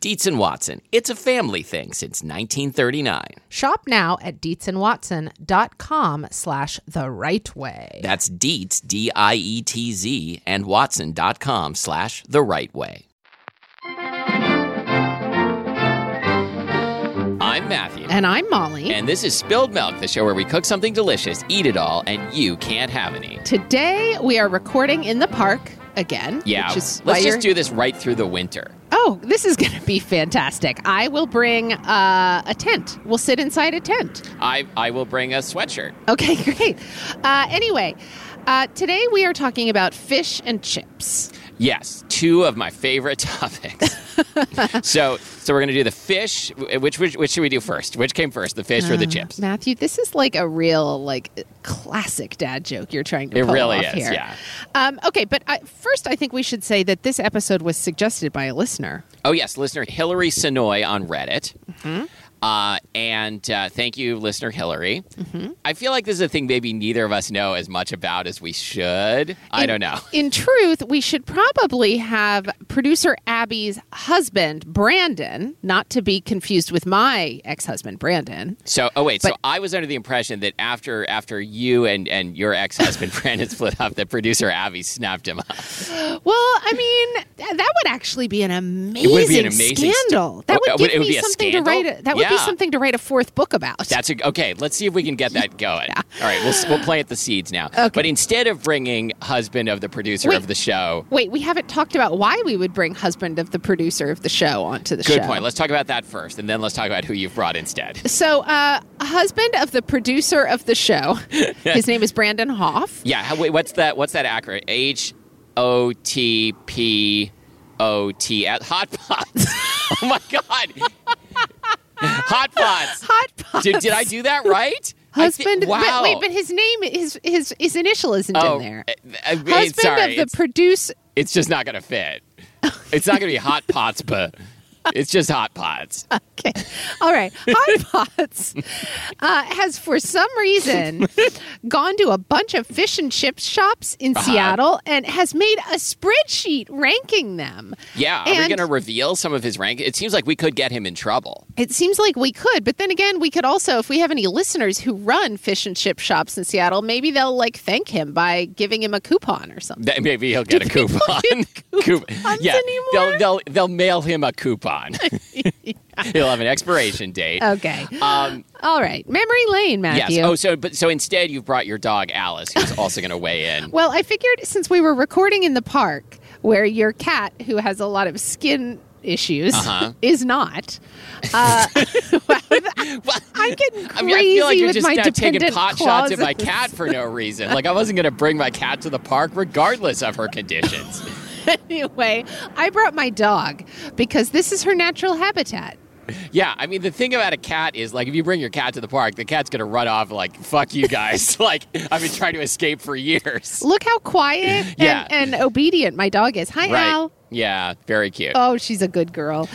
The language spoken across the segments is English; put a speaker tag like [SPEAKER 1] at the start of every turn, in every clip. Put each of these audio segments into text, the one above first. [SPEAKER 1] Dietz and Watson, it's a family thing since 1939.
[SPEAKER 2] Shop now at deetzandwatson.com slash the right way.
[SPEAKER 1] That's Dietz, D I E T Z, and Watson.com slash the right way. I'm Matthew.
[SPEAKER 2] And I'm Molly.
[SPEAKER 1] And this is Spilled Milk, the show where we cook something delicious, eat it all, and you can't have any.
[SPEAKER 2] Today we are recording in the park again.
[SPEAKER 1] Yeah,
[SPEAKER 2] which is why
[SPEAKER 1] let's
[SPEAKER 2] you're-
[SPEAKER 1] just do this right through the winter.
[SPEAKER 2] Oh, this is going to be fantastic. I will bring uh, a tent. We'll sit inside a tent.
[SPEAKER 1] I, I will bring a sweatshirt.
[SPEAKER 2] Okay, great. Uh, anyway, uh, today we are talking about fish and chips.
[SPEAKER 1] Yes, two of my favorite topics. so so we're gonna do the fish. Which which which should we do first? Which came first, the fish or
[SPEAKER 2] Uh,
[SPEAKER 1] the chips?
[SPEAKER 2] Matthew, this is like a real, like, classic dad joke you're trying to
[SPEAKER 1] It
[SPEAKER 2] pull
[SPEAKER 1] really
[SPEAKER 2] off
[SPEAKER 1] is,
[SPEAKER 2] here.
[SPEAKER 1] yeah.
[SPEAKER 2] Um, okay, but I, first, I think we should say that this episode was suggested by a listener.
[SPEAKER 1] Oh yes, listener Hillary Sonoy on Reddit.
[SPEAKER 2] Mm-hmm.
[SPEAKER 1] Uh, and uh, thank you, listener Hillary.
[SPEAKER 2] Mm-hmm.
[SPEAKER 1] I feel like this is a thing maybe neither of us know as much about as we should. I
[SPEAKER 2] In-
[SPEAKER 1] don't know.
[SPEAKER 2] In truth, we should probably have producer Abby's husband, Brandon, not to be confused with my ex husband, Brandon.
[SPEAKER 1] So, oh wait, so
[SPEAKER 2] But-
[SPEAKER 1] I was under the impression that after after you and and your ex husband Brandon split up, that producer Abby snapped him up.
[SPEAKER 2] Well, I mean, th- that would actually be an amazing,
[SPEAKER 1] would be an amazing sto-
[SPEAKER 2] scandal. that
[SPEAKER 1] Oh,
[SPEAKER 2] would
[SPEAKER 1] it
[SPEAKER 2] give
[SPEAKER 1] would- it would
[SPEAKER 2] me
[SPEAKER 1] be a
[SPEAKER 2] something to
[SPEAKER 1] scandal?
[SPEAKER 2] write. A, that would be
[SPEAKER 1] Yeah.
[SPEAKER 2] something to write a fourth book about.
[SPEAKER 1] That's a, okay. Let's see if we can get that going. All right, we'll we'll plant the seeds now.
[SPEAKER 2] Okay.
[SPEAKER 1] But instead of bringing husband of the producer
[SPEAKER 2] Wait.
[SPEAKER 1] of the show,
[SPEAKER 2] Wait, we haven't talked about why we would bring husband of the producer of the show onto the show.
[SPEAKER 1] good point. Let's talk about that first, and then let's talk about who you've brought instead.
[SPEAKER 2] So, uh, husband of the producer of the show, his name is Brandon Hoff.
[SPEAKER 1] Yeah. How, wait, what's that? What's that acronym? H O T P O T S. Hot pots. oh my god. Hot pots.
[SPEAKER 2] Hot pot.
[SPEAKER 1] Did, did I do that right? I thi-
[SPEAKER 2] Husband.
[SPEAKER 1] wow.
[SPEAKER 2] But wait, but his name, his his his initial isn't
[SPEAKER 1] oh,
[SPEAKER 2] in there.
[SPEAKER 1] uh, uh,
[SPEAKER 2] husband
[SPEAKER 1] sorry,
[SPEAKER 2] of
[SPEAKER 1] it's-
[SPEAKER 2] the producer.
[SPEAKER 1] it's just not going to fit. It's not going to be hot pots, but it's just hot pots.
[SPEAKER 2] Okay. All right. Hot Pots uh, has, for some reason, gone to a bunch of fish and chip shops in
[SPEAKER 1] Uh-huh.
[SPEAKER 2] Seattle and has made a spreadsheet ranking them.
[SPEAKER 1] Yeah, are we
[SPEAKER 2] And-
[SPEAKER 1] going to reveal some of his rank? It seems like we could get him in trouble.
[SPEAKER 2] It seems like we could, but then again, we could also, if we have any listeners who run fish and chip shops in Seattle, maybe they'll like thank him by giving him a coupon or something.
[SPEAKER 1] That maybe he'll get a coupon. Coup- yeah,
[SPEAKER 2] anymore?
[SPEAKER 1] they'll they'll they'll mail him a coupon. he'll have an expiration date.
[SPEAKER 2] Okay.
[SPEAKER 1] um,
[SPEAKER 2] All right. Memory lane,
[SPEAKER 1] yes.
[SPEAKER 2] Oh, Matthew.
[SPEAKER 1] Oh, so but so instead you've brought your dog Alice, who's also going to weigh in.
[SPEAKER 2] Well, I figured since we were recording in the park where your cat, who has a lot of skin issues,
[SPEAKER 1] Uh-huh.
[SPEAKER 2] is not, uh, I'm getting crazy
[SPEAKER 1] I mean, I feel like you're
[SPEAKER 2] with
[SPEAKER 1] just
[SPEAKER 2] my
[SPEAKER 1] now taking
[SPEAKER 2] dependent
[SPEAKER 1] pot
[SPEAKER 2] claws.
[SPEAKER 1] shots at my cat for no reason. Like I wasn't going to bring my cat to the park regardless of her conditions.
[SPEAKER 2] anyway, I brought my dog because this is her natural habitat.
[SPEAKER 1] Yeah, I mean the thing about a cat is like if you bring your cat to the park, the cat's gonna run off like "fuck you guys." like I've been trying to escape for years.
[SPEAKER 2] Look how quiet and,
[SPEAKER 1] Yeah.
[SPEAKER 2] and obedient my dog is. Hi,
[SPEAKER 1] Right?
[SPEAKER 2] Al.
[SPEAKER 1] Yeah, very cute.
[SPEAKER 2] Oh, she's a good girl.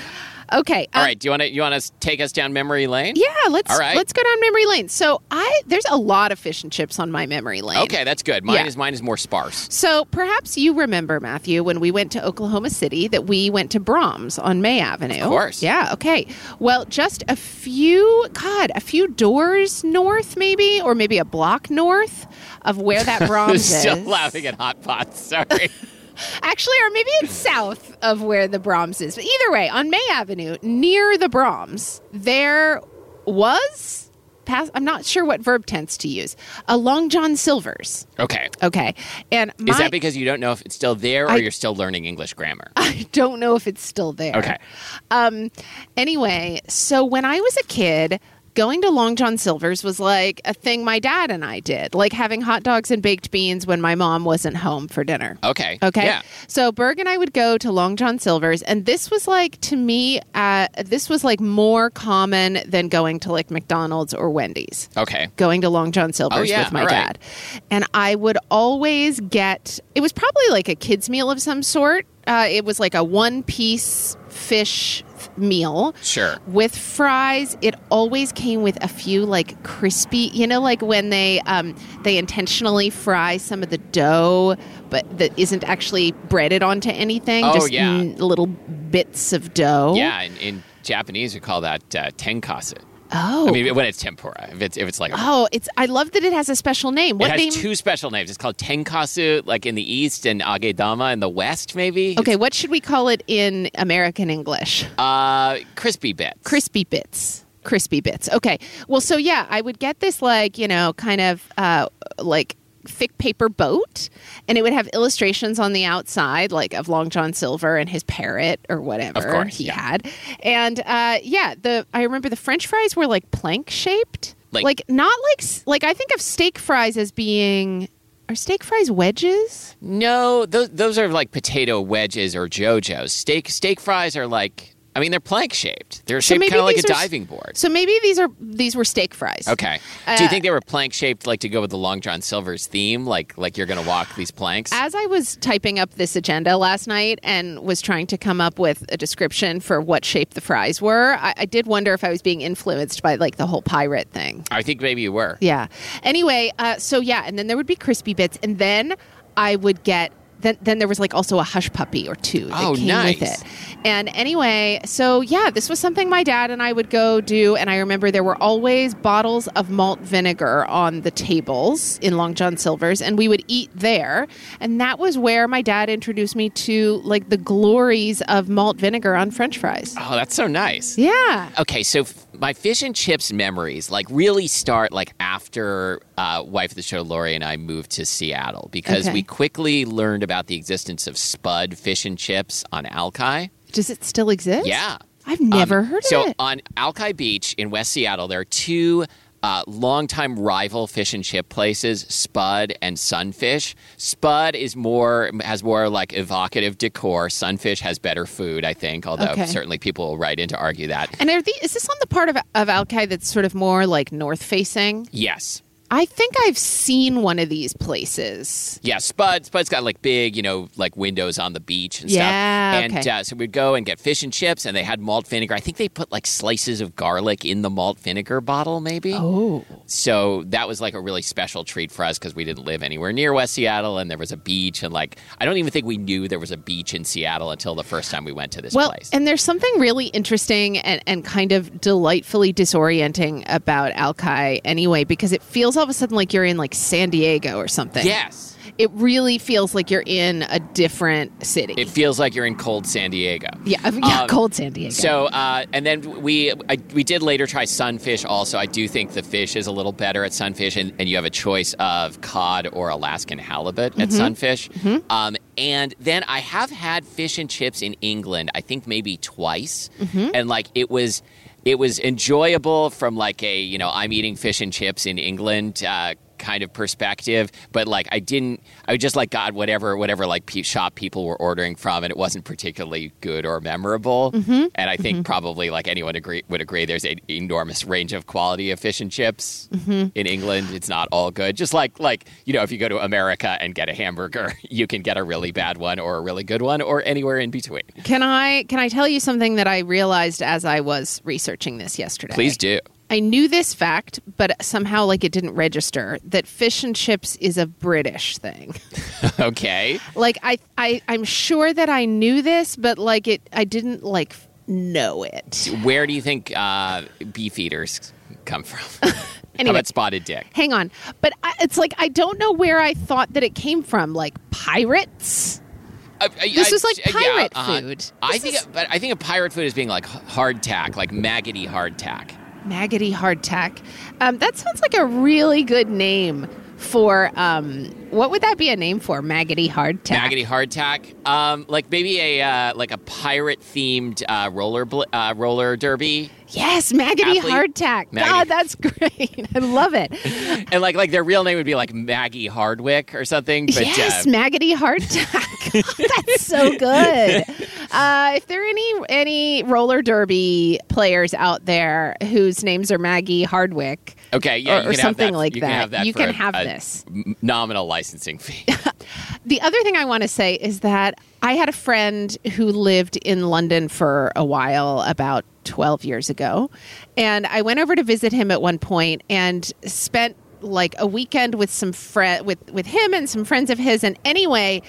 [SPEAKER 2] Okay.
[SPEAKER 1] All
[SPEAKER 2] uh,
[SPEAKER 1] right, do you want to you want to take us down memory lane?
[SPEAKER 2] Yeah, let's
[SPEAKER 1] All right.
[SPEAKER 2] let's go down memory lane. So I there's a lot of fish and chips on my memory lane.
[SPEAKER 1] Okay, that's good. Mine
[SPEAKER 2] Yeah.
[SPEAKER 1] is mine is more sparse.
[SPEAKER 2] So perhaps you remember, Matthew, when we went to Oklahoma City, that we went to Brahms on May Avenue. Of
[SPEAKER 1] course.
[SPEAKER 2] Yeah, okay. Well, just a few, God, a few doors north, maybe, or maybe a block north of where that Brahms
[SPEAKER 1] Still
[SPEAKER 2] is.
[SPEAKER 1] laughing at hot pots. Sorry.
[SPEAKER 2] Actually, or maybe it's south of where the Brahms is. But either way, on May Avenue, near the Brahms, there was, past, I'm not sure what verb tense to use, a Long John Silver's.
[SPEAKER 1] okay.
[SPEAKER 2] Okay. And my,
[SPEAKER 1] Is that because you don't know if it's still there or
[SPEAKER 2] I-
[SPEAKER 1] you're still learning English grammar?
[SPEAKER 2] I don't know if it's still there.
[SPEAKER 1] Okay.
[SPEAKER 2] Um, anyway, so when I was a kid, going to Long John Silver's was like a thing my dad and I did, like having hot dogs and baked beans when my mom wasn't home for dinner.
[SPEAKER 1] Okay.
[SPEAKER 2] Okay.
[SPEAKER 1] Yeah.
[SPEAKER 2] So Berg and I would go to Long John Silver's, and this was like to me, uh, this was like more common than going to like McDonald's or Wendy's.
[SPEAKER 1] Okay.
[SPEAKER 2] Going to Long John Silver's
[SPEAKER 1] Oh, yeah.
[SPEAKER 2] with my
[SPEAKER 1] All right.
[SPEAKER 2] dad, and I would always get. It was probably like a kids' meal of some sort. Uh, it was like a one-piece fish meal.
[SPEAKER 1] Sure.
[SPEAKER 2] With fries, it always came with a few like crispy, you know, like when they um, they intentionally fry some of the dough, but that isn't actually breaded onto anything.
[SPEAKER 1] Oh,
[SPEAKER 2] just
[SPEAKER 1] yeah.
[SPEAKER 2] n- little bits of dough.
[SPEAKER 1] Yeah. In, in Japanese, we call that uh, tenkase.
[SPEAKER 2] Oh.
[SPEAKER 1] I mean, when it's tempura, if it's if it's like a
[SPEAKER 2] oh, it's. I love that it has a special name. What
[SPEAKER 1] it has
[SPEAKER 2] name?
[SPEAKER 1] two special names. It's called tenkasu, like in the east, and agedama in the west, maybe.
[SPEAKER 2] okay, what should we call it in American English?
[SPEAKER 1] Uh, crispy bits.
[SPEAKER 2] crispy bits crispy bits okay well so yeah i would get this like you know kind of uh, like thick paper boat and it would have illustrations on the outside like of long john silver and his parrot or whatever
[SPEAKER 1] Of course,
[SPEAKER 2] he
[SPEAKER 1] yeah.
[SPEAKER 2] had and uh, yeah the i remember the french fries were like plank shaped
[SPEAKER 1] Like-
[SPEAKER 2] not like s- like i think of steak fries as being are steak fries wedges
[SPEAKER 1] No, those those are like potato wedges or JoJo's. Steak steak fries are like I mean they're plank shaped. They're shaped
[SPEAKER 2] maybe
[SPEAKER 1] kind of like a
[SPEAKER 2] these are s-
[SPEAKER 1] diving board.
[SPEAKER 2] so maybe these are these were steak fries
[SPEAKER 1] Okay. Do you
[SPEAKER 2] Uh,
[SPEAKER 1] think they were plank shaped like to go with the Long John Silver's theme, like like you're gonna walk these planks?
[SPEAKER 2] As I was typing up this agenda last night and was trying to come up with a description for what shape the fries were, I, I did wonder if I was being influenced by like the whole pirate thing.
[SPEAKER 1] I think maybe you were.
[SPEAKER 2] Yeah. Anyway, uh, so yeah, and then there would be crispy bits, and then I would get. Then, then there was like also a hush puppy or two that
[SPEAKER 1] Oh,
[SPEAKER 2] came with
[SPEAKER 1] nice.
[SPEAKER 2] it. And anyway, so yeah, this was something my dad and I would go do. And I remember there were always bottles of malt vinegar on the tables in Long John Silver's, and we would eat there. And that was where my dad introduced me to like the glories of malt vinegar on French fries.
[SPEAKER 1] Oh, that's so nice.
[SPEAKER 2] Yeah.
[SPEAKER 1] Okay, so f- my fish and chips memories like really start like after uh, wife of the show Lori and I moved to Seattle because
[SPEAKER 2] Okay.
[SPEAKER 1] we quickly learned about the existence of Spud fish and chips on Alki.
[SPEAKER 2] Does it still exist?
[SPEAKER 1] Yeah.
[SPEAKER 2] I've never
[SPEAKER 1] Um,
[SPEAKER 2] heard of
[SPEAKER 1] so
[SPEAKER 2] it.
[SPEAKER 1] on Alki Beach in West Seattle, there are two uh, longtime rival fish and chip places, Spud and Sunfish. Spud is more has more like evocative decor. Sunfish has better food, I think. Although
[SPEAKER 2] Okay.
[SPEAKER 1] certainly people will write in to argue that.
[SPEAKER 2] And are the, is this on the part of, of Alki that's sort of more like north facing?
[SPEAKER 1] Yes.
[SPEAKER 2] I think I've seen one of these places.
[SPEAKER 1] Yeah, Spud. Spud's got like big, you know, like windows on the beach and
[SPEAKER 2] Yeah,
[SPEAKER 1] stuff. And
[SPEAKER 2] okay.
[SPEAKER 1] uh, so we'd go and get fish and chips, and they had malt vinegar. I think they put like slices of garlic in the malt vinegar bottle, maybe.
[SPEAKER 2] Oh.
[SPEAKER 1] So that was like a really special treat for us because we didn't live anywhere near West Seattle and there was a beach. And like, I don't even think we knew there was a beach in Seattle until the first time we went to this
[SPEAKER 2] Well,
[SPEAKER 1] place.
[SPEAKER 2] and there's something really interesting and, and kind of delightfully disorienting about Alki anyway, because it feels all of a sudden like you're in like San Diego or something.
[SPEAKER 1] yes.
[SPEAKER 2] It really feels like you're in a different city.
[SPEAKER 1] It feels like you're in cold San Diego.
[SPEAKER 2] yeah, I mean, yeah,
[SPEAKER 1] Um,
[SPEAKER 2] cold San Diego.
[SPEAKER 1] So, uh, and then we I, we did later try sunfish. Also, I do think the fish is a little better at sunfish, and, and you have a choice of cod or Alaskan halibut at sunfish. Um, and then I have had fish and chips in England. I think maybe twice, and like it was. It was enjoyable from like a you know I'm eating fish and chips in England uh, kind of perspective. But like, I didn't. I just like got whatever whatever like pe- shop people were ordering from, and it wasn't particularly good or memorable. And I think probably like anyone agree would agree. There's an enormous range of quality of fish and chips in England. It's not all good. Just like like you know, if you go to America and get a hamburger, you can get a really bad one or a really good one or anywhere in between.
[SPEAKER 2] Can I can I tell you something that I realized as I was researching this yesterday?
[SPEAKER 1] Please do.
[SPEAKER 2] I knew this fact, but somehow like it didn't register that fish and chips is a British thing.
[SPEAKER 1] okay.
[SPEAKER 2] Like I I I'm sure that I knew this, but like it I didn't like know it.
[SPEAKER 1] Where do you think uh, beef eaters come from? How
[SPEAKER 2] Anyway.
[SPEAKER 1] about spotted dick?
[SPEAKER 2] Hang on. But I, it's like I don't know where I thought that it came from. Like pirates?
[SPEAKER 1] I- I-
[SPEAKER 2] This
[SPEAKER 1] I-
[SPEAKER 2] is like
[SPEAKER 1] yeah,
[SPEAKER 2] pirate
[SPEAKER 1] uh-huh.
[SPEAKER 2] food.
[SPEAKER 1] I
[SPEAKER 2] This
[SPEAKER 1] think,
[SPEAKER 2] is-
[SPEAKER 1] but I think of pirate food as being like h- hardtack, like maggoty hardtack.
[SPEAKER 2] Maggoty hardtack. Um, that sounds like a really good name for um, what would that be a name for? Maggoty hardtack.
[SPEAKER 1] Maggoty hardtack, um, like maybe a uh, like a pirate themed uh, roller bl- uh, roller derby,
[SPEAKER 2] Yes, Maggoty
[SPEAKER 1] Athlete.
[SPEAKER 2] hardtack.
[SPEAKER 1] Maggoty.
[SPEAKER 2] God, that's great. I love it.
[SPEAKER 1] and like like their real name would be like Maggie Hardwick or something. But
[SPEAKER 2] yes,
[SPEAKER 1] uh,
[SPEAKER 2] Maggoty hardtack. Oh, that's so good. Uh, if there are any any roller derby players out there whose names are Maggie Hardwick,
[SPEAKER 1] okay, yeah,
[SPEAKER 2] or-
[SPEAKER 1] you
[SPEAKER 2] or
[SPEAKER 1] can have
[SPEAKER 2] something
[SPEAKER 1] that-
[SPEAKER 2] like
[SPEAKER 1] you can
[SPEAKER 2] that.
[SPEAKER 1] have that
[SPEAKER 2] You
[SPEAKER 1] for
[SPEAKER 2] can
[SPEAKER 1] a-
[SPEAKER 2] have
[SPEAKER 1] a
[SPEAKER 2] this.
[SPEAKER 1] m- nominal licensing fee.
[SPEAKER 2] The other thing I want to say is that I had a friend who lived in London for a while, about 12 years ago. And I went over to visit him at one point and spent like a weekend with some friend with with him and some friends of his and anyway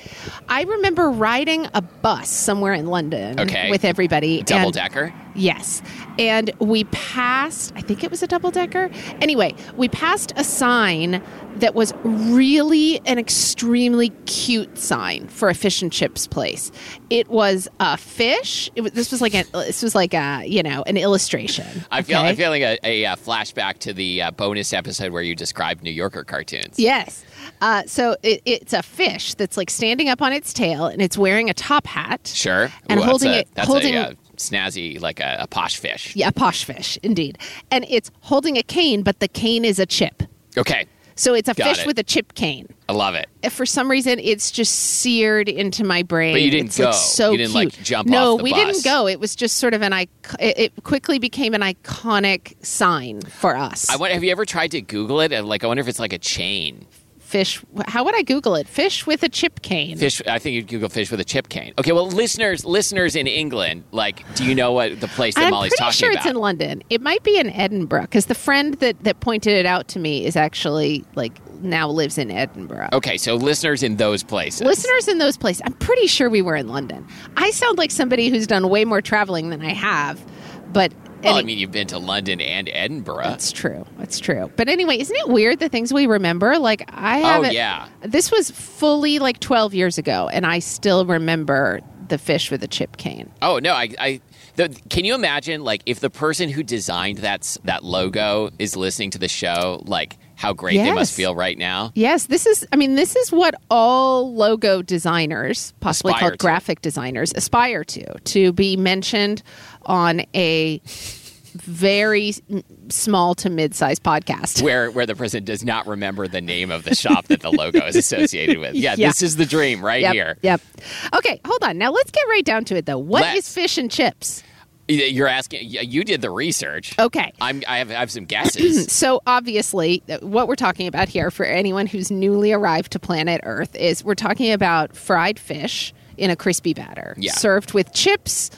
[SPEAKER 2] i remember riding a bus somewhere in london
[SPEAKER 1] Okay.
[SPEAKER 2] with everybody
[SPEAKER 1] Double
[SPEAKER 2] and-
[SPEAKER 1] decker.
[SPEAKER 2] Yes. And we passed, I think it was a double decker. Anyway, we passed a sign that was really an extremely cute sign for a fish and chips place. It was a fish. It was, this was like a this was like a, you know, an illustration.
[SPEAKER 1] I feel
[SPEAKER 2] okay?
[SPEAKER 1] I'm feeling a, a, uh flashback to the uh, bonus episode where you described New Yorker cartoons.
[SPEAKER 2] Yes. Uh, so it, it's a fish that's like standing up on its tail and it's wearing a top hat.
[SPEAKER 1] Sure.
[SPEAKER 2] And
[SPEAKER 1] that's
[SPEAKER 2] holding
[SPEAKER 1] a,
[SPEAKER 2] it-
[SPEAKER 1] That's
[SPEAKER 2] holding-
[SPEAKER 1] a uh, snazzy, like a, a posh fish.
[SPEAKER 2] Yeah, a posh fish, indeed. And it's holding a cane, but the cane is a chip.
[SPEAKER 1] Okay,
[SPEAKER 2] So it's a
[SPEAKER 1] Got
[SPEAKER 2] fish
[SPEAKER 1] it.
[SPEAKER 2] with a chip cane.
[SPEAKER 1] I love it.
[SPEAKER 2] if for some reason it's just seared into my brain.
[SPEAKER 1] But you didn't
[SPEAKER 2] it's like
[SPEAKER 1] go.
[SPEAKER 2] so
[SPEAKER 1] You didn't,
[SPEAKER 2] cute.
[SPEAKER 1] like, jump
[SPEAKER 2] No,
[SPEAKER 1] off the
[SPEAKER 2] we
[SPEAKER 1] bus.
[SPEAKER 2] didn't go. It was just sort of an ic- it it quickly became an iconic sign for us.
[SPEAKER 1] I wonder, have you ever tried to Google it? And like, I wonder if it's like a chain
[SPEAKER 2] Fish. How would I Google it? Fish with a chip cane.
[SPEAKER 1] fish. I think you'd Google fish with a chip cane. Okay, well, listeners, listeners in England, like, do you know what the place that
[SPEAKER 2] I'm
[SPEAKER 1] Molly's
[SPEAKER 2] pretty
[SPEAKER 1] talking
[SPEAKER 2] sure
[SPEAKER 1] about?
[SPEAKER 2] it's in London. It might be in Edinburgh because the friend that that pointed it out to me is actually like now lives in Edinburgh.
[SPEAKER 1] okay, so listeners in those places.
[SPEAKER 2] Listeners in those places, I'm pretty sure we were in London. I sound like somebody who's done way more traveling than I have, but
[SPEAKER 1] well, I
[SPEAKER 2] any-
[SPEAKER 1] mean, you've been to London and Edinburgh.
[SPEAKER 2] It's true. It's true. But anyway, isn't it weird the things we remember? Like I
[SPEAKER 1] Oh
[SPEAKER 2] haven't.
[SPEAKER 1] yeah.
[SPEAKER 2] This was fully like 12 years ago, and I still remember the fish with the chip cane.
[SPEAKER 1] Oh no, I, I the, can you imagine like if the person who designed that s- that logo is listening to the show, like how great they must
[SPEAKER 2] Yes.
[SPEAKER 1] feel right now.
[SPEAKER 2] Yes, this is. I mean, this is what all logo designers, possibly
[SPEAKER 1] Aspire
[SPEAKER 2] called
[SPEAKER 1] to.
[SPEAKER 2] graphic designers, aspire to to be mentioned on a very s- small to mid-sized podcast.
[SPEAKER 1] Where, where the person does not remember the name of the shop that the logo is associated with. Yeah,
[SPEAKER 2] Yeah.
[SPEAKER 1] this is the dream right
[SPEAKER 2] Yep,
[SPEAKER 1] here.
[SPEAKER 2] yep. Okay, hold on. Now let's get right down to it, though. What is
[SPEAKER 1] Let's.
[SPEAKER 2] fish and chips?
[SPEAKER 1] Y- You're asking. y- You did the research.
[SPEAKER 2] Okay.
[SPEAKER 1] I'm, I have I have some guesses.
[SPEAKER 2] Um, So obviously, th- what we're talking about here for anyone who's newly arrived to planet Earth is we're talking about fried fish in a crispy batter,
[SPEAKER 1] Yeah.
[SPEAKER 2] served with chips,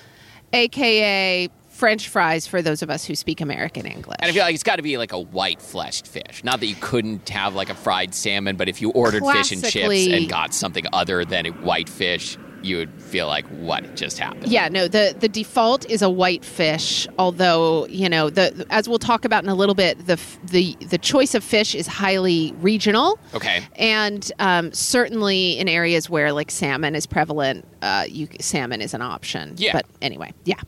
[SPEAKER 2] aka French fries for those of us who speak American English.
[SPEAKER 1] and I feel like it's got to be like a white fleshed fish. Not that you couldn't have like a fried salmon, but if you ordered fish and chips
[SPEAKER 2] Classically-
[SPEAKER 1] and got something other than a white fish, you would feel like what just happened.
[SPEAKER 2] yeah, no, the, the default is a white fish, although, you know, the as we'll talk about in a little bit, the f- the the choice of fish is highly regional.
[SPEAKER 1] Okay.
[SPEAKER 2] and um, certainly in areas where like salmon is prevalent, uh, you salmon is an option.
[SPEAKER 1] Yeah.
[SPEAKER 2] But anyway, yeah.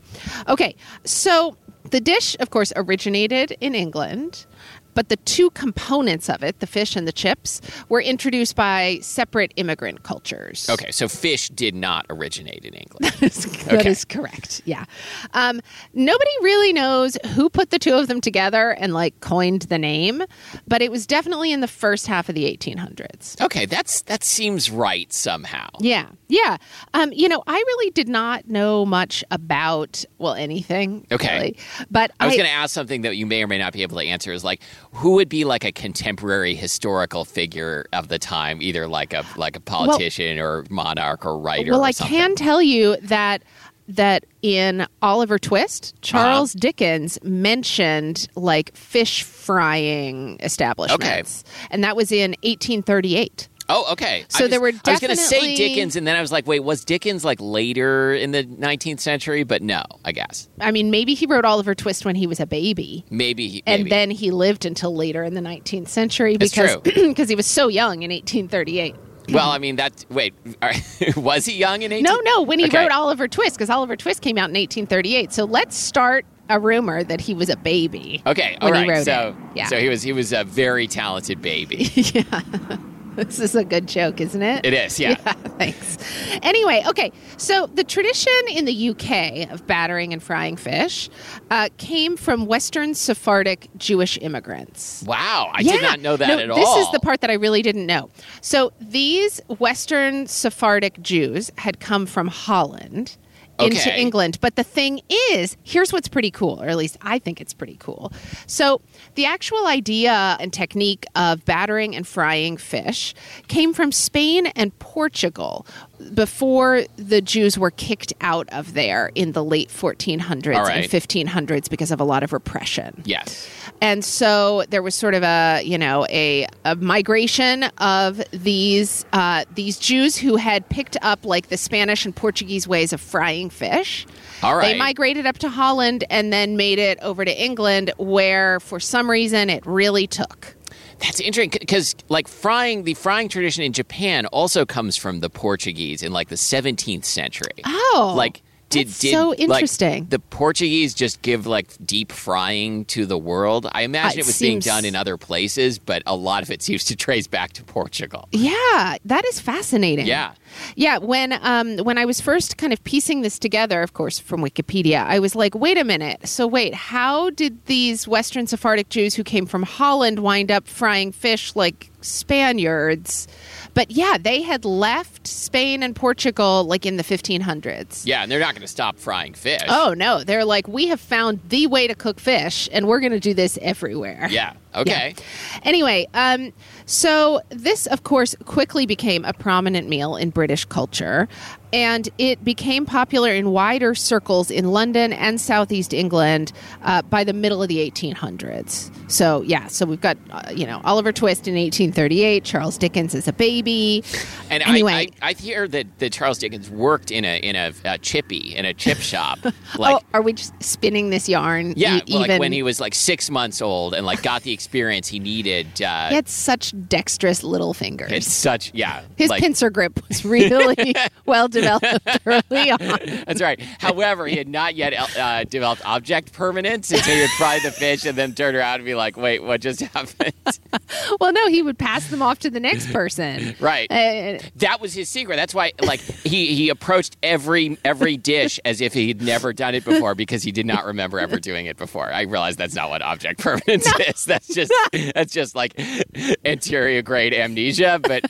[SPEAKER 2] Okay, so the dish, of course, originated in England. but the two components of it, the fish and the chips, were introduced by separate immigrant cultures.
[SPEAKER 1] Okay, so fish did not originate in England.
[SPEAKER 2] That is- that
[SPEAKER 1] Okay.
[SPEAKER 2] is correct. Yeah. Um, nobody really knows who put the two of them together and like coined the name, but it was definitely in the first half of the 1800s.
[SPEAKER 1] Okay, that's that seems right somehow.
[SPEAKER 2] Yeah. Yeah. Um, you know, I really did not know much about, well, anything.
[SPEAKER 1] Okay.
[SPEAKER 2] really. But
[SPEAKER 1] I was going to ask something that you may or may not be able to answer is like who would be like a contemporary historical figure of the time, either like a like a politician or monarch or writer
[SPEAKER 2] Well,
[SPEAKER 1] or
[SPEAKER 2] I
[SPEAKER 1] something.
[SPEAKER 2] can tell you that that in Oliver
[SPEAKER 1] Uh-huh.
[SPEAKER 2] Twist, Charles Dickens mentioned like fish frying establishments, and that was in 1838.
[SPEAKER 1] Oh, okay.
[SPEAKER 2] So
[SPEAKER 1] I
[SPEAKER 2] there were
[SPEAKER 1] I was going to
[SPEAKER 2] definitely-
[SPEAKER 1] say Dickens, and then I was like, wait, was Dickens like later in the 19th century? But no, I guess
[SPEAKER 2] I mean, maybe he wrote Oliver Twist when he was a baby.
[SPEAKER 1] maybe. he-
[SPEAKER 2] And
[SPEAKER 1] maybe.
[SPEAKER 2] then he lived until later in the 19th century
[SPEAKER 1] That's
[SPEAKER 2] because
[SPEAKER 1] true.
[SPEAKER 2] because he was so young in 1838.
[SPEAKER 1] well, I mean, that wait, was he young in 18?
[SPEAKER 2] No, no, when he
[SPEAKER 1] Okay.
[SPEAKER 2] wrote Oliver Twist, because Oliver Twist came out in 1838. So let's start a rumor that he was a baby.
[SPEAKER 1] Okay, all
[SPEAKER 2] when
[SPEAKER 1] right.
[SPEAKER 2] he wrote
[SPEAKER 1] so,
[SPEAKER 2] it. Yeah.
[SPEAKER 1] so he was he was a very talented baby.
[SPEAKER 2] This is a good joke, isn't it?
[SPEAKER 1] It is, yeah.
[SPEAKER 2] Thanks. Anyway, okay. So the tradition in the UK of battering and frying fish uh, came from Western Sephardic Jewish immigrants.
[SPEAKER 1] Wow, I
[SPEAKER 2] yeah.
[SPEAKER 1] did not know that
[SPEAKER 2] No,
[SPEAKER 1] at all.
[SPEAKER 2] this is the part that I really didn't know. So these Western Sephardic Jews had come from Holland into
[SPEAKER 1] Okay.
[SPEAKER 2] England. But the thing is, here's what's pretty cool, or at least I think it's pretty cool. So the actual idea and technique of battering and frying fish came from Spain and Portugal before the Jews were kicked out of there in the late 1400s
[SPEAKER 1] All
[SPEAKER 2] and
[SPEAKER 1] right.
[SPEAKER 2] 1500s because of a lot of repression.
[SPEAKER 1] Yes.
[SPEAKER 2] And so there was sort of a you know a, a migration of these uh, these Jews who had picked up like the Spanish and Portuguese ways of frying fish.
[SPEAKER 1] All
[SPEAKER 2] They
[SPEAKER 1] right.
[SPEAKER 2] migrated up to Holland and then made it over to England, where for some reason it really took.
[SPEAKER 1] That's interesting because, like, frying the frying tradition in Japan also comes from the Portuguese in like the 17th century.
[SPEAKER 2] Oh,
[SPEAKER 1] like did,
[SPEAKER 2] that's
[SPEAKER 1] did
[SPEAKER 2] so
[SPEAKER 1] like,
[SPEAKER 2] interesting.
[SPEAKER 1] the Portuguese just give like deep frying to the world? I imagine
[SPEAKER 2] Uh, it
[SPEAKER 1] it was being
[SPEAKER 2] seems-
[SPEAKER 1] done in other places, but a lot of it seems to trace back to Portugal.
[SPEAKER 2] Yeah, that is fascinating.
[SPEAKER 1] Yeah.
[SPEAKER 2] yeah. When um when I was first kind of piecing this together, of course from Wikipedia, I was like, wait a minute. So wait, how did these Western Sephardic Jews who came from Holland wind up frying fish like Spaniards? But yeah, they had left Spain and Portugal like in the 1500s.
[SPEAKER 1] Yeah, and they're not going to stop frying fish.
[SPEAKER 2] Oh no, they're like, we have found the way to cook fish, and we're going to do this everywhere.
[SPEAKER 1] yeah. Okay.
[SPEAKER 2] Anyway, um, so this, of course, quickly became a prominent meal in British culture, and it became popular in wider circles in London and Southeast England uh, by the middle of the 1800s. So, yeah, so we've got, uh, you know, Oliver Twist in 1838, Charles Dickens as a baby.
[SPEAKER 1] And
[SPEAKER 2] Anyway.
[SPEAKER 1] I, I, I hear that, that Charles Dickens worked in a in a, a chippy in a chip shop, like
[SPEAKER 2] oh, are we just spinning this yarn?
[SPEAKER 1] Yeah,
[SPEAKER 2] e-
[SPEAKER 1] well,
[SPEAKER 2] even?
[SPEAKER 1] like when he was like six months old and like got the experience he needed. Uh,
[SPEAKER 2] he had such dexterous little fingers.
[SPEAKER 1] It's such yeah.
[SPEAKER 2] His
[SPEAKER 1] like,
[SPEAKER 2] pincer grip was really well developed early on.
[SPEAKER 1] That's right. However, he had not yet uh, developed object permanence until he would fry the fish and then turn around and be like, "Wait, what just happened?"
[SPEAKER 2] Well, no, he would pass them off to the next person.
[SPEAKER 1] right.
[SPEAKER 2] Uh,
[SPEAKER 1] that was his secret. That's why, like, he, he approached every every dish as if he'd never done it before because he did not remember ever doing it before. I realize that's not what object permanence is. That's just that's just like anterior grade amnesia. But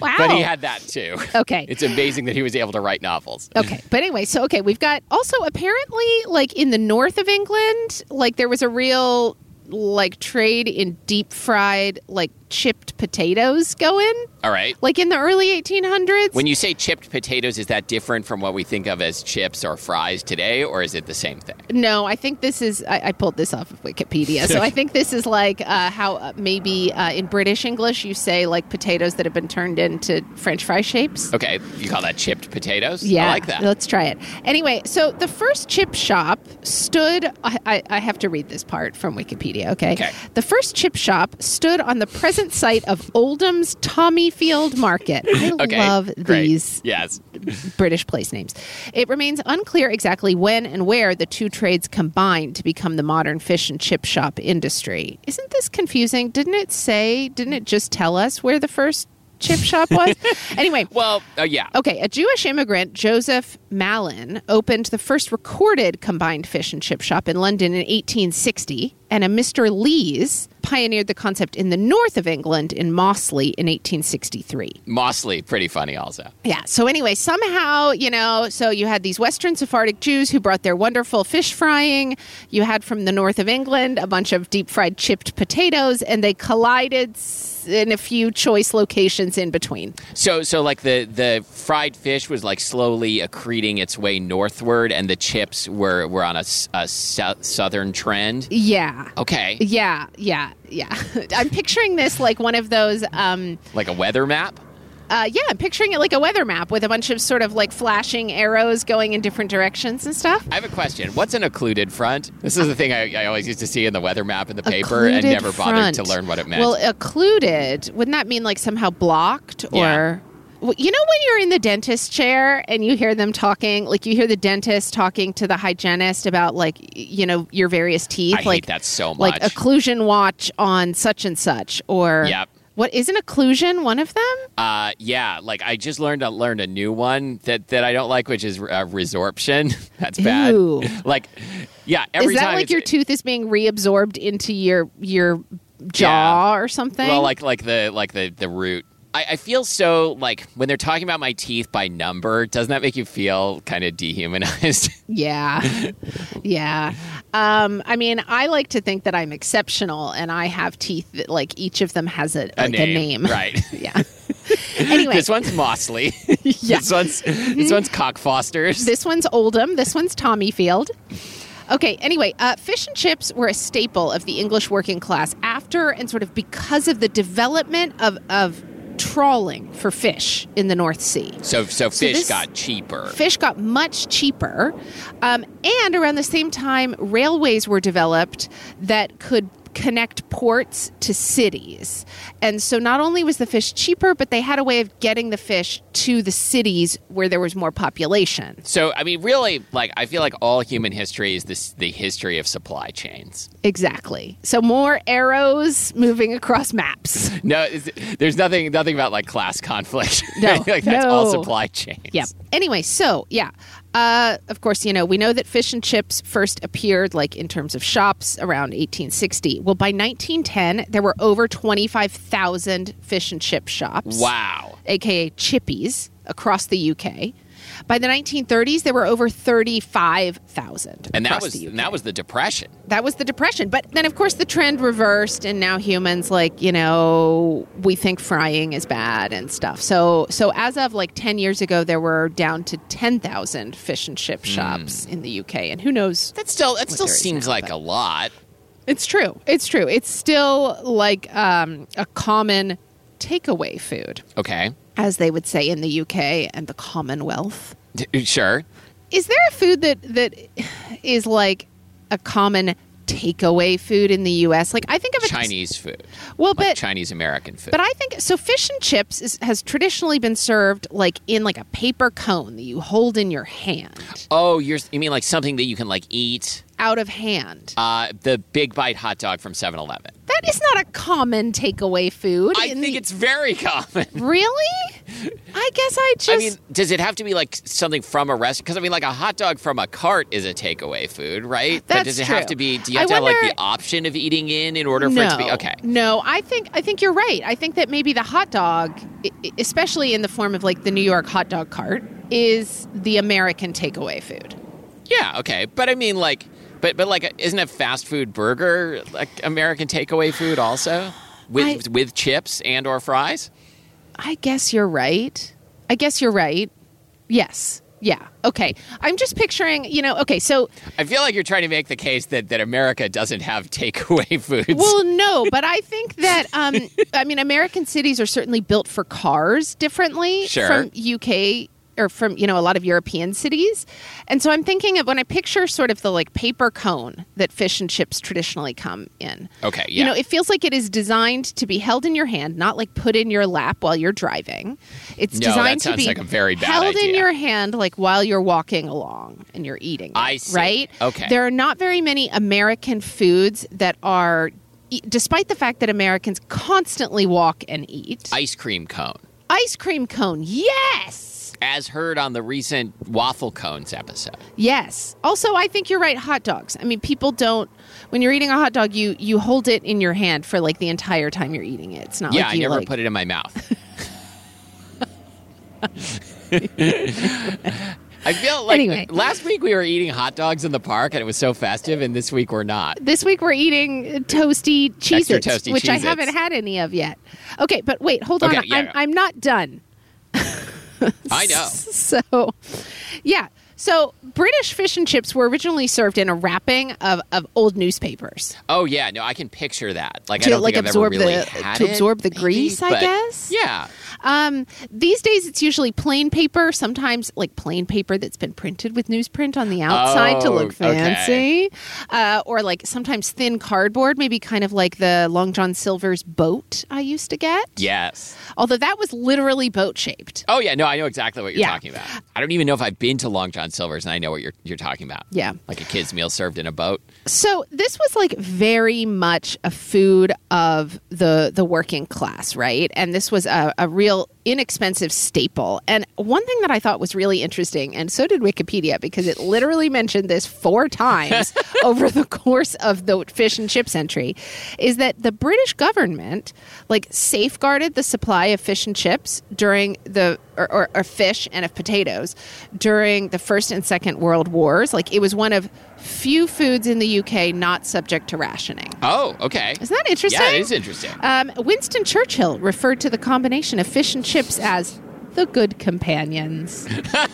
[SPEAKER 2] wow.
[SPEAKER 1] but he had that too.
[SPEAKER 2] Okay.
[SPEAKER 1] It's amazing that he was able to write novels.
[SPEAKER 2] Okay, but anyway, so okay, we've got also apparently like in the north of England, like there was a real like trade in deep fried like chipped potatoes going
[SPEAKER 1] All right.
[SPEAKER 2] like in the early 1800s.
[SPEAKER 1] When you say chipped potatoes, is that different from what we think of as chips or fries today, or is it the same thing?
[SPEAKER 2] No, I think this is. I, I pulled this off of Wikipedia, so I think this is like uh, how uh, maybe uh, in British English you say like potatoes that have been turned into French fry shapes.
[SPEAKER 1] Okay, you call that chipped potatoes?
[SPEAKER 2] Yeah,
[SPEAKER 1] I Oh, like that.
[SPEAKER 2] Let's try it. Anyway, so the first chip shop stood. I, I, I have to read this part from Wikipedia. Okay.
[SPEAKER 1] Okay.
[SPEAKER 2] The first chip shop stood on the present site of Oldham's Tommyfield Market. I
[SPEAKER 1] Okay,
[SPEAKER 2] love
[SPEAKER 1] great.
[SPEAKER 2] these
[SPEAKER 1] Yes,
[SPEAKER 2] British place names. It remains unclear exactly when and where the two trades combined to become the modern fish and chip shop industry. Isn't this confusing? Didn't it say, didn't it just tell us where the first chip shop was? anyway.
[SPEAKER 1] Well, uh, yeah.
[SPEAKER 2] Okay, a Jewish immigrant, Joseph Malin, opened the first recorded combined fish and chip shop in London in 1860, and a Mr. Lees pioneered the concept in the north of England in Mossley in 1863.
[SPEAKER 1] Mossley, pretty funny also.
[SPEAKER 2] Yeah. So anyway, somehow, you know, so you had these Western Sephardic Jews who brought their wonderful fish frying. You had from the north of England a bunch of deep fried chipped potatoes, and they collided s- in a few choice locations in between.
[SPEAKER 1] So, so like the the fried fish was like slowly accreting its way northward, and the chips were were on a, s- a sou- southern trend.
[SPEAKER 2] Yeah.
[SPEAKER 1] Okay,
[SPEAKER 2] Yeah, yeah, yeah. I'm picturing this like one of those. Um,
[SPEAKER 1] like a weather map.
[SPEAKER 2] uh, yeah, I'm picturing it like a weather map with a bunch of sort of like flashing arrows going in different directions and stuff.
[SPEAKER 1] I have a question. What's an occluded front? This is the thing I, I always used to see in the weather map in the paper and
[SPEAKER 2] Occluded
[SPEAKER 1] never bothered to
[SPEAKER 2] front.
[SPEAKER 1] learn what it meant.
[SPEAKER 2] Well, occluded wouldn't that mean like somehow blocked or?
[SPEAKER 1] Yeah.
[SPEAKER 2] Well, You know when you're in the dentist chair and you hear them talking, like you hear the dentist talking to the hygienist about like y- you know your various teeth.
[SPEAKER 1] I hate
[SPEAKER 2] like
[SPEAKER 1] that so
[SPEAKER 2] Like
[SPEAKER 1] much.
[SPEAKER 2] occlusion watch on such and such, or
[SPEAKER 1] Yep.
[SPEAKER 2] what isn't occlusion one of them?
[SPEAKER 1] uh, yeah, like I just learned I learned a new one that, that I don't like, which is uh, resorption. That's bad.
[SPEAKER 2] Ew.
[SPEAKER 1] like, yeah, every
[SPEAKER 2] is that
[SPEAKER 1] time
[SPEAKER 2] like
[SPEAKER 1] it's-
[SPEAKER 2] your tooth is being reabsorbed into your your jaw or something?
[SPEAKER 1] Well, like like the like the the root. I, I feel so like when they're talking about my teeth by number. Doesn't that make you feel kind of dehumanized?
[SPEAKER 2] yeah, yeah. Um, I mean, I like to think that I'm exceptional and I have teeth that like each of them has a, like a name.
[SPEAKER 1] right?
[SPEAKER 2] Yeah. anyway,
[SPEAKER 1] This one's Mossley.
[SPEAKER 2] Yeah.
[SPEAKER 1] This one's this one's Cockfosters.
[SPEAKER 2] This one's Oldham. This one's Tommy Field. Okay, anyway, uh, fish and chips were a staple of the English working class after and sort of because of the development of, of trawling for fish in the North Sea.
[SPEAKER 1] so so fish
[SPEAKER 2] this-
[SPEAKER 1] got cheaper.
[SPEAKER 2] Fish got much cheaper. Um, and around the same time, railways were developed that could connect ports to cities. And so not only was the fish cheaper, but they had a way of getting the fish to the cities where there was more population.
[SPEAKER 1] so I mean, really, like I feel like all human history is this the history of supply chains.
[SPEAKER 2] Exactly. So more arrows moving across maps.
[SPEAKER 1] No, it's- there's nothing nothing about like class conflict.
[SPEAKER 2] No,
[SPEAKER 1] like that's all
[SPEAKER 2] no.
[SPEAKER 1] supply chains.
[SPEAKER 2] Yep. Anyway, so yeah. Uh, of course, you know, we know that fish and chips first appeared, like in terms of shops, around 1860. Well, by 1910, there were over 25,000 fish and chip shops.
[SPEAKER 1] Wow.
[SPEAKER 2] aka chippies, across the UK. By the 1930s, there were over 35,000.
[SPEAKER 1] And that
[SPEAKER 2] across
[SPEAKER 1] was
[SPEAKER 2] the UK.
[SPEAKER 1] and that was the depression.
[SPEAKER 2] that was the depression. But then, of course, the trend reversed, and now humans like you know we think frying is bad and stuff. So so as of like ten years ago, there were down to ten thousand fish and chip shops
[SPEAKER 1] Hmm.
[SPEAKER 2] in the UK, and who knows?
[SPEAKER 1] That still that still
[SPEAKER 2] there is
[SPEAKER 1] seems like a lot.
[SPEAKER 2] It's true. It's true. It's still like um, a common takeaway food,
[SPEAKER 1] Okay.
[SPEAKER 2] as they would say in the UK and the Commonwealth.
[SPEAKER 1] D- Sure.
[SPEAKER 2] Is there a food that that is like a common takeaway food in the US? Like I think of it
[SPEAKER 1] Chinese food.
[SPEAKER 2] Well,
[SPEAKER 1] Like
[SPEAKER 2] but
[SPEAKER 1] Chinese American food.
[SPEAKER 2] But I think so. Fish and chips is, has traditionally been served like in like a paper cone that you hold in your hand,
[SPEAKER 1] oh, you're you mean like something that you can like eat?
[SPEAKER 2] out of hand.
[SPEAKER 1] Uh, the big bite hot dog from 7-Eleven.
[SPEAKER 2] That is not a common takeaway food.
[SPEAKER 1] I
[SPEAKER 2] in
[SPEAKER 1] think
[SPEAKER 2] the-
[SPEAKER 1] it's very common.
[SPEAKER 2] really. I guess I just.
[SPEAKER 1] I mean, does it have to be like something from a restaurant? Because I mean, like a hot dog from a cart is a takeaway food, right? but
[SPEAKER 2] That's
[SPEAKER 1] does it
[SPEAKER 2] true.
[SPEAKER 1] have to be? Do you
[SPEAKER 2] I
[SPEAKER 1] have to have
[SPEAKER 2] wonder-
[SPEAKER 1] like the option of eating in in order for
[SPEAKER 2] no,
[SPEAKER 1] it to be okay?
[SPEAKER 2] No, I think I think you're right. I think that maybe the hot dog, e- e- especially in the form of like the New York hot dog cart, is the American takeaway food.
[SPEAKER 1] Yeah, okay. But I mean, like, but but like, isn't a fast food burger like American takeaway food also with
[SPEAKER 2] I-
[SPEAKER 1] with chips and or fries?
[SPEAKER 2] I guess you're right. I guess you're right. Yes. Yeah. Okay. I'm just picturing, you know, okay, so
[SPEAKER 1] I feel like you're trying to make the case that that America doesn't have takeaway foods.
[SPEAKER 2] well no, but I think that um I mean American cities are certainly built for cars differently
[SPEAKER 1] Sure.
[SPEAKER 2] from UK or from you know a lot of European cities, and so I'm thinking of when I picture sort of the like paper cone that fish and chips traditionally come in.
[SPEAKER 1] Okay,
[SPEAKER 2] You
[SPEAKER 1] yeah.
[SPEAKER 2] know, it feels like it is designed to be held in your hand, not like put in your lap while you're driving. It's
[SPEAKER 1] No, that
[SPEAKER 2] designed to
[SPEAKER 1] sounds
[SPEAKER 2] be
[SPEAKER 1] like a very bad
[SPEAKER 2] held in
[SPEAKER 1] idea.
[SPEAKER 2] your hand like while you're walking along and you're eating. it,
[SPEAKER 1] I see.
[SPEAKER 2] Right?
[SPEAKER 1] Okay.
[SPEAKER 2] There are not very many American foods that are, e- despite the fact that Americans constantly walk and eat.
[SPEAKER 1] Ice cream cone,
[SPEAKER 2] Ice cream cone, yes,
[SPEAKER 1] as heard on the recent waffle cones episode.
[SPEAKER 2] yes. Also, I think you're right. Hot dogs. I mean, people don't. When you're eating a hot dog, you you hold it in your hand for like the entire time you're eating it. It's not
[SPEAKER 1] yeah,
[SPEAKER 2] like
[SPEAKER 1] I
[SPEAKER 2] you
[SPEAKER 1] never
[SPEAKER 2] like,
[SPEAKER 1] put it in my mouth. I feel like
[SPEAKER 2] Anyway.
[SPEAKER 1] last week we were eating hot dogs in the park and it was so festive, and this week we're not.
[SPEAKER 2] This week we're eating toasty cheeses,
[SPEAKER 1] toasty
[SPEAKER 2] which I
[SPEAKER 1] Cheez-Its.
[SPEAKER 2] haven't had any of yet. Okay, but wait, hold on.
[SPEAKER 1] Okay, yeah,
[SPEAKER 2] I'm,
[SPEAKER 1] yeah.
[SPEAKER 2] I'm not done.
[SPEAKER 1] I know.
[SPEAKER 2] So, yeah. So, British fish and chips were originally served in a wrapping of, of old newspapers.
[SPEAKER 1] Oh yeah, no, I can picture that. Like
[SPEAKER 2] To,
[SPEAKER 1] I don't
[SPEAKER 2] like,
[SPEAKER 1] think I've
[SPEAKER 2] absorb
[SPEAKER 1] ever really
[SPEAKER 2] the-
[SPEAKER 1] had
[SPEAKER 2] to
[SPEAKER 1] it,
[SPEAKER 2] absorb the
[SPEAKER 1] maybe,
[SPEAKER 2] grease, I
[SPEAKER 1] but
[SPEAKER 2] guess?
[SPEAKER 1] Yeah,
[SPEAKER 2] Um, these days, it's usually plain paper, sometimes like plain paper that's been printed with newsprint on the outside to
[SPEAKER 1] Oh,
[SPEAKER 2] look
[SPEAKER 1] okay.
[SPEAKER 2] fancy. Uh, or like sometimes thin cardboard, maybe kind of like the Long John Silver's boat I used to get.
[SPEAKER 1] yes.
[SPEAKER 2] Although that was literally boat shaped.
[SPEAKER 1] Oh yeah, no, I know exactly what you're
[SPEAKER 2] Yeah.
[SPEAKER 1] talking about. I don't even know if I've been to Long John Silver's, and I know what you're you're talking about.
[SPEAKER 2] Yeah.
[SPEAKER 1] like a kid's meal served in a boat.
[SPEAKER 2] So this was like very much a food of the the working class, right? And this was a, a real inexpensive staple. And one thing that I thought was really interesting, and so did Wikipedia, because it literally mentioned this four times over the course of the oh, fish and chips entry, is that the British government like safeguarded the supply of fish and chips during the or, or, or fish and of potatoes during the first and second world wars. Like it was one of few foods in the UK not subject to rationing.
[SPEAKER 1] Oh, okay.
[SPEAKER 2] Isn't that interesting?
[SPEAKER 1] Yeah, it is interesting.
[SPEAKER 2] Um, Winston Churchill referred to the combination of fish and chips as the good companions.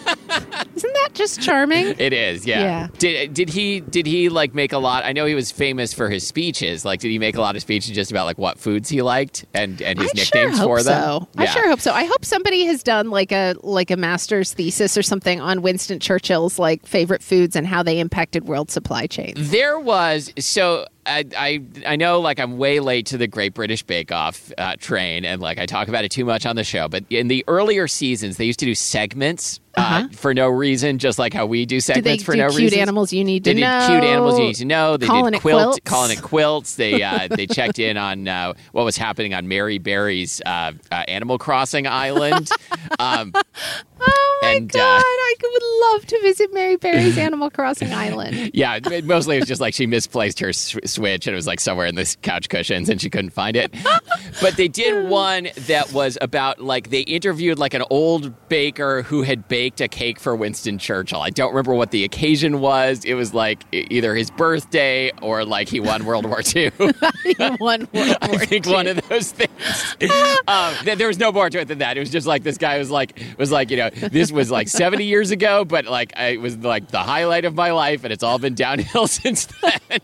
[SPEAKER 2] Isn't that just charming?
[SPEAKER 1] It is, yeah.
[SPEAKER 2] Yeah.
[SPEAKER 1] Did did he did he like make a lot? I know he was famous for his speeches. Like, did he make a lot of speeches just about like what foods he liked and and his
[SPEAKER 2] I
[SPEAKER 1] nicknames
[SPEAKER 2] sure hope
[SPEAKER 1] for them?
[SPEAKER 2] So. I
[SPEAKER 1] Yeah.
[SPEAKER 2] sure hope so. I hope somebody has done like a like a master's thesis or something on Winston Churchill's like favorite foods and how they impacted world supply chains.
[SPEAKER 1] There was so I, I I know like I'm way late to the Great British Bake Off uh, train, and like I talk about it too much on the show. But in the earlier seasons, they used to do segments uh, for no reason, just like how we do
[SPEAKER 2] Did they
[SPEAKER 1] segments for
[SPEAKER 2] Uh-huh. do
[SPEAKER 1] no
[SPEAKER 2] cute
[SPEAKER 1] reason.
[SPEAKER 2] animals you need
[SPEAKER 1] They
[SPEAKER 2] to
[SPEAKER 1] did
[SPEAKER 2] know?
[SPEAKER 1] cute animals you need to know. They
[SPEAKER 2] Calling
[SPEAKER 1] did
[SPEAKER 2] it
[SPEAKER 1] quilt,
[SPEAKER 2] quilts.
[SPEAKER 1] calling it quilts. They uh, they checked in on uh, what was happening on Mary Berry's uh, uh, Animal Crossing Island. um,
[SPEAKER 2] Oh my
[SPEAKER 1] And, uh,
[SPEAKER 2] god! I could- would love to visit Mary Berry's Animal Crossing Island.
[SPEAKER 1] yeah, it- mostly it was just like she misplaced her sw- switch and it was like somewhere in the couch cushions and she couldn't find it. but they did one that was about like they interviewed like an old baker who had baked a cake for Winston Churchill. I don't remember what the occasion was. It was like e- either his birthday or like he won World War II.
[SPEAKER 2] One World War
[SPEAKER 1] I think
[SPEAKER 2] II.
[SPEAKER 1] one of those things. um, th- there was no more to it than that. It was just like this guy was like was like you know this was like 70 years ago, but like I, it was like the highlight of my life, and it's all been downhill since then.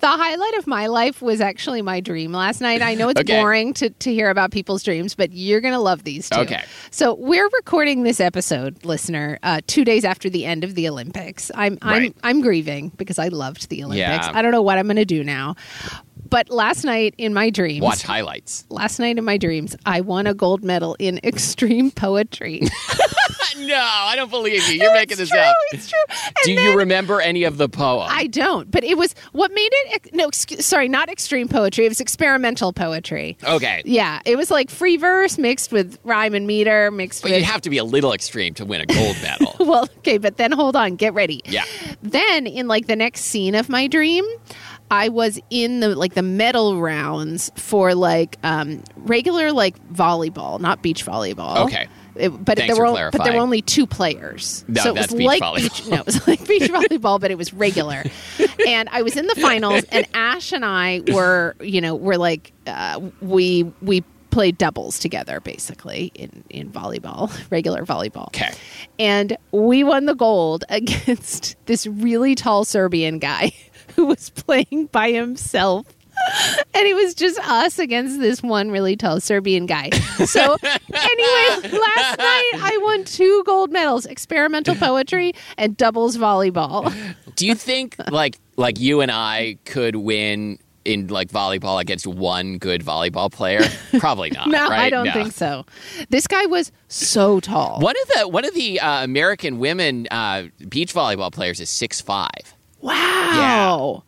[SPEAKER 2] The highlight of my life was actually my dream last night. I know it's
[SPEAKER 1] Okay.
[SPEAKER 2] boring to, to hear about people's dreams, but you're going to love these two.
[SPEAKER 1] Okay.
[SPEAKER 2] So we're recording this episode, listener, uh, two days after the end of the Olympics. I'm
[SPEAKER 1] Right.
[SPEAKER 2] I'm I'm grieving because I loved the Olympics.
[SPEAKER 1] Yeah.
[SPEAKER 2] I don't know what I'm going to do now, but last night in my dreams,
[SPEAKER 1] Watch highlights.
[SPEAKER 2] last night in my dreams, I won a gold medal in extreme poetry.
[SPEAKER 1] No, I don't believe you. You're making
[SPEAKER 2] it's
[SPEAKER 1] this
[SPEAKER 2] true.
[SPEAKER 1] up.
[SPEAKER 2] It's true. And
[SPEAKER 1] Do you remember any of the poem?
[SPEAKER 2] I don't. But it was what made it. ex- No, excuse, sorry, not extreme poetry. It was experimental poetry.
[SPEAKER 1] okay.
[SPEAKER 2] Yeah, it was like free verse mixed with rhyme and meter mixed
[SPEAKER 1] But
[SPEAKER 2] with.
[SPEAKER 1] you have to be a little extreme to win a gold medal.
[SPEAKER 2] well, okay, but then hold on, get ready.
[SPEAKER 1] Yeah.
[SPEAKER 2] Then in like the next scene of my dream, I was in the like the medal rounds for like um regular like volleyball, not beach volleyball.
[SPEAKER 1] Okay.
[SPEAKER 2] It- but
[SPEAKER 1] Thanks
[SPEAKER 2] there were
[SPEAKER 1] for
[SPEAKER 2] on- but there
[SPEAKER 1] clarifying.
[SPEAKER 2] were only two players.
[SPEAKER 1] No,
[SPEAKER 2] so it
[SPEAKER 1] that's
[SPEAKER 2] was
[SPEAKER 1] beach
[SPEAKER 2] like
[SPEAKER 1] volleyball.
[SPEAKER 2] beach no, it was like beach volleyball, but it was regular. and I was in the finals, and Ash and I were, you know, were like uh, we we played doubles together basically in in volleyball, regular volleyball.
[SPEAKER 1] Okay.
[SPEAKER 2] And we won the gold against this really tall Serbian guy who was playing by himself. And and it was just us against this one really tall Serbian guy. So, anyway, last night I won two gold medals: experimental poetry and doubles volleyball.
[SPEAKER 1] Do you think like like you and I could win in like volleyball against one good volleyball player? Probably not.
[SPEAKER 2] No,
[SPEAKER 1] right?
[SPEAKER 2] I don't
[SPEAKER 1] No.
[SPEAKER 2] think so. This guy was so tall.
[SPEAKER 1] One of the one of the uh, American women uh, beach volleyball players is six five,
[SPEAKER 2] Wow.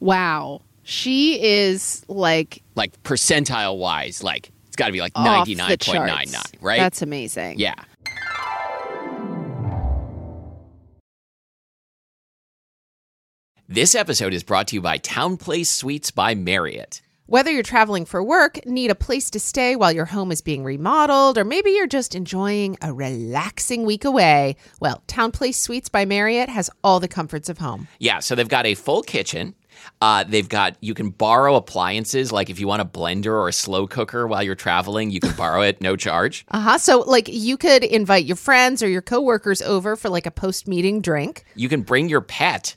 [SPEAKER 2] Wow. She is like
[SPEAKER 1] like percentile wise, like it's got to be like
[SPEAKER 2] off
[SPEAKER 1] ninety
[SPEAKER 2] the
[SPEAKER 1] nine point nine nine,
[SPEAKER 2] charts.
[SPEAKER 1] right?
[SPEAKER 2] That's amazing.
[SPEAKER 1] yeah. This episode is brought to you by Town Place Suites by Marriott.
[SPEAKER 2] Whether you're traveling for work, need a place to stay while your home is being remodeled, or maybe you're just enjoying a relaxing week away, well, Town Place Suites by Marriott has all the comforts of home.
[SPEAKER 1] Yeah, so they've got a full kitchen. Uh, they've got you can borrow appliances like if you want a blender or a slow cooker while you're traveling, you can borrow it no charge.
[SPEAKER 2] Uh huh. So, like, you could invite your friends or your coworkers over for like a post meeting drink.
[SPEAKER 1] You can bring your pet.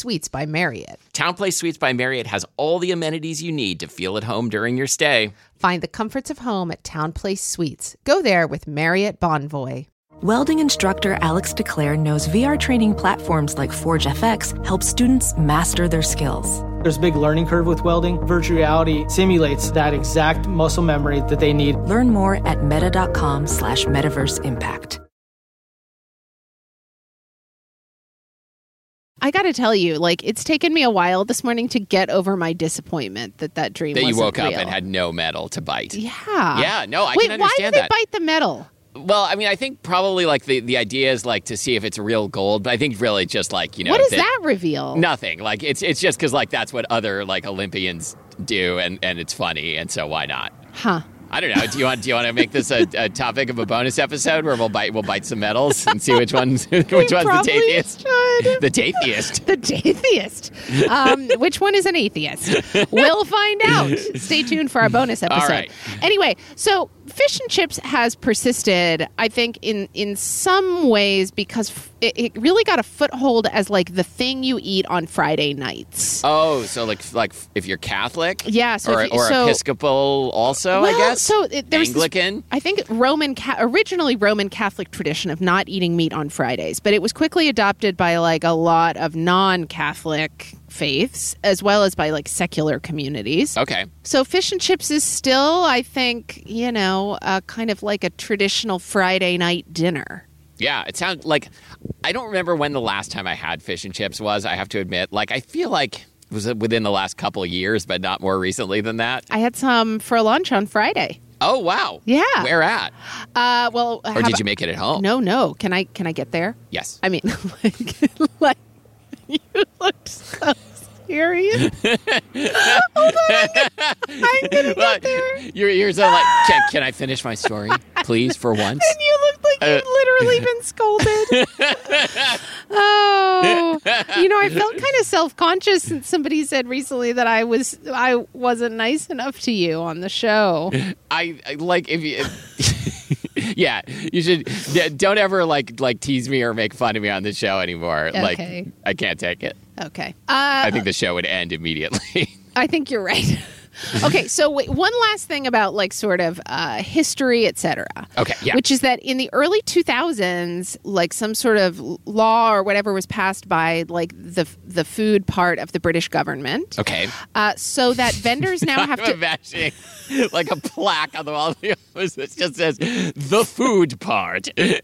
[SPEAKER 2] Suites by Marriott.
[SPEAKER 1] Town Place Suites by Marriott has all the amenities you need to feel at home during your stay.
[SPEAKER 2] Find the comforts of home at Town Place Suites. Go there with Marriott Bonvoy.
[SPEAKER 3] Welding instructor Alex DeClaire knows VR training platforms like Forge FX help students master their skills.
[SPEAKER 4] There's a big learning curve with welding. Virtual reality simulates that exact muscle memory that they need.
[SPEAKER 3] Learn more at meta.com slash metaverse impact.
[SPEAKER 2] I got to tell you, like it's taken me a while this morning to get over my disappointment that that dream
[SPEAKER 1] That you
[SPEAKER 2] wasn't
[SPEAKER 1] woke up
[SPEAKER 2] real.
[SPEAKER 1] and had no metal to bite.
[SPEAKER 2] Yeah.
[SPEAKER 1] Yeah, no, I
[SPEAKER 2] Wait,
[SPEAKER 1] can
[SPEAKER 2] why did
[SPEAKER 1] understand
[SPEAKER 2] they
[SPEAKER 1] that.
[SPEAKER 2] bite the metal?
[SPEAKER 1] Well, I mean, I think probably like the, the idea is like to see if it's real gold, but I think really just like, you know,
[SPEAKER 2] what does that,
[SPEAKER 1] that-
[SPEAKER 2] reveal?
[SPEAKER 1] Nothing. Like it's it's just cuz like that's what other like Olympians do and and it's funny and so why not?
[SPEAKER 2] Huh.
[SPEAKER 1] I don't know. Do you want do you want to make this a, a topic of a bonus episode where we'll bite we'll bite some medals and see which one's which one's the
[SPEAKER 2] probably
[SPEAKER 1] tapiest?
[SPEAKER 2] should.
[SPEAKER 1] The tapiest.
[SPEAKER 2] The atheist. Um, which one is an atheist? We'll find out. Stay tuned for our bonus episode.
[SPEAKER 1] right.
[SPEAKER 2] Anyway, so fish and chips has persisted, I think, in in some ways because f- it, it really got a foothold as like the thing you eat on Friday nights.
[SPEAKER 1] Oh, so like like if you're Catholic,
[SPEAKER 2] Yeah, so
[SPEAKER 1] or,
[SPEAKER 2] if you-
[SPEAKER 1] or
[SPEAKER 2] so-
[SPEAKER 1] Episcopal also, Oh, I
[SPEAKER 2] Well,
[SPEAKER 1] guess.
[SPEAKER 2] So it, there's this-
[SPEAKER 1] Anglican.
[SPEAKER 2] I think Roman Ca- originally Roman Catholic tradition of not eating meat on Fridays, but it was quickly adopted by like a lot of non-Catholic faiths as well as by like secular communities.
[SPEAKER 1] okay,
[SPEAKER 2] So fish and chips is still, I think, you know, uh, kind of like a traditional Friday night dinner.
[SPEAKER 1] yeah, it sounds like I don't remember when the last time I had fish and chips was. I have to admit, like I feel like it was within the last couple of years, but not more recently than that.
[SPEAKER 2] I had some for lunch on Friday.
[SPEAKER 1] Oh wow,
[SPEAKER 2] Yeah.
[SPEAKER 1] where at?
[SPEAKER 2] Uh, well,
[SPEAKER 1] Or did you make it at home?
[SPEAKER 2] No, no. Can I? Can I get there?
[SPEAKER 1] Yes.
[SPEAKER 2] I mean, like, like you looked so serious.
[SPEAKER 1] Well, Your ears are like, can, can I finish my story, please, for once?
[SPEAKER 2] You look like you've
[SPEAKER 1] Uh,
[SPEAKER 2] literally been scolded. oh, you know, I felt kind of self-conscious since somebody said recently that I was I wasn't nice enough to you on the show.
[SPEAKER 1] I, I like if you. yeah, you should. yeah, Don't ever like like tease me or make fun of me on the show anymore.
[SPEAKER 2] Okay.
[SPEAKER 1] Like I can't take it.
[SPEAKER 2] Okay, uh,
[SPEAKER 1] I think the show would end immediately.
[SPEAKER 2] I think you're right. okay, so wait, one last thing about like sort of uh, history, etc.
[SPEAKER 1] Okay, yeah.
[SPEAKER 2] Which is that in the early 2000s, like some sort of law or whatever was passed by like the the food part of the British government,
[SPEAKER 1] okay.
[SPEAKER 2] uh, so that vendors now have
[SPEAKER 1] I'm
[SPEAKER 2] to.
[SPEAKER 1] imagining like a plaque on the wall that just says the food part.
[SPEAKER 2] the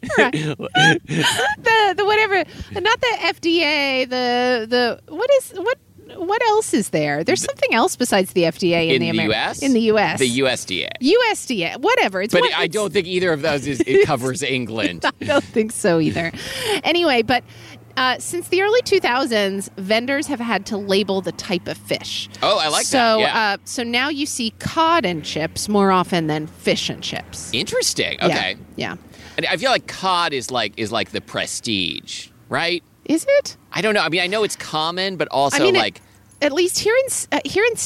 [SPEAKER 2] the whatever, not the FDA. The the what is what what else is there? There's something else besides the FDA in,
[SPEAKER 1] in the
[SPEAKER 2] Ameri-
[SPEAKER 1] U.S.
[SPEAKER 2] In the U.S.
[SPEAKER 1] The USDA.
[SPEAKER 2] USDA, whatever. It's
[SPEAKER 1] But
[SPEAKER 2] what-
[SPEAKER 1] I
[SPEAKER 2] it's-
[SPEAKER 1] don't think either of those is it covers England.
[SPEAKER 2] I don't think so either. Anyway, but Uh, since the early 2000s, vendors have had to label the type of fish.
[SPEAKER 1] Oh, I like
[SPEAKER 2] so,
[SPEAKER 1] that, yeah.
[SPEAKER 2] uh, so now you see cod and chips more often than fish and chips.
[SPEAKER 1] Interesting.
[SPEAKER 2] Yeah,
[SPEAKER 1] Okay.
[SPEAKER 2] Yeah.
[SPEAKER 1] And I feel like cod is like is like the prestige, right?
[SPEAKER 2] Is it?
[SPEAKER 1] I don't know. I mean, I know it's common, but also
[SPEAKER 2] I mean, it-
[SPEAKER 1] like
[SPEAKER 2] at least here in S- uh, here in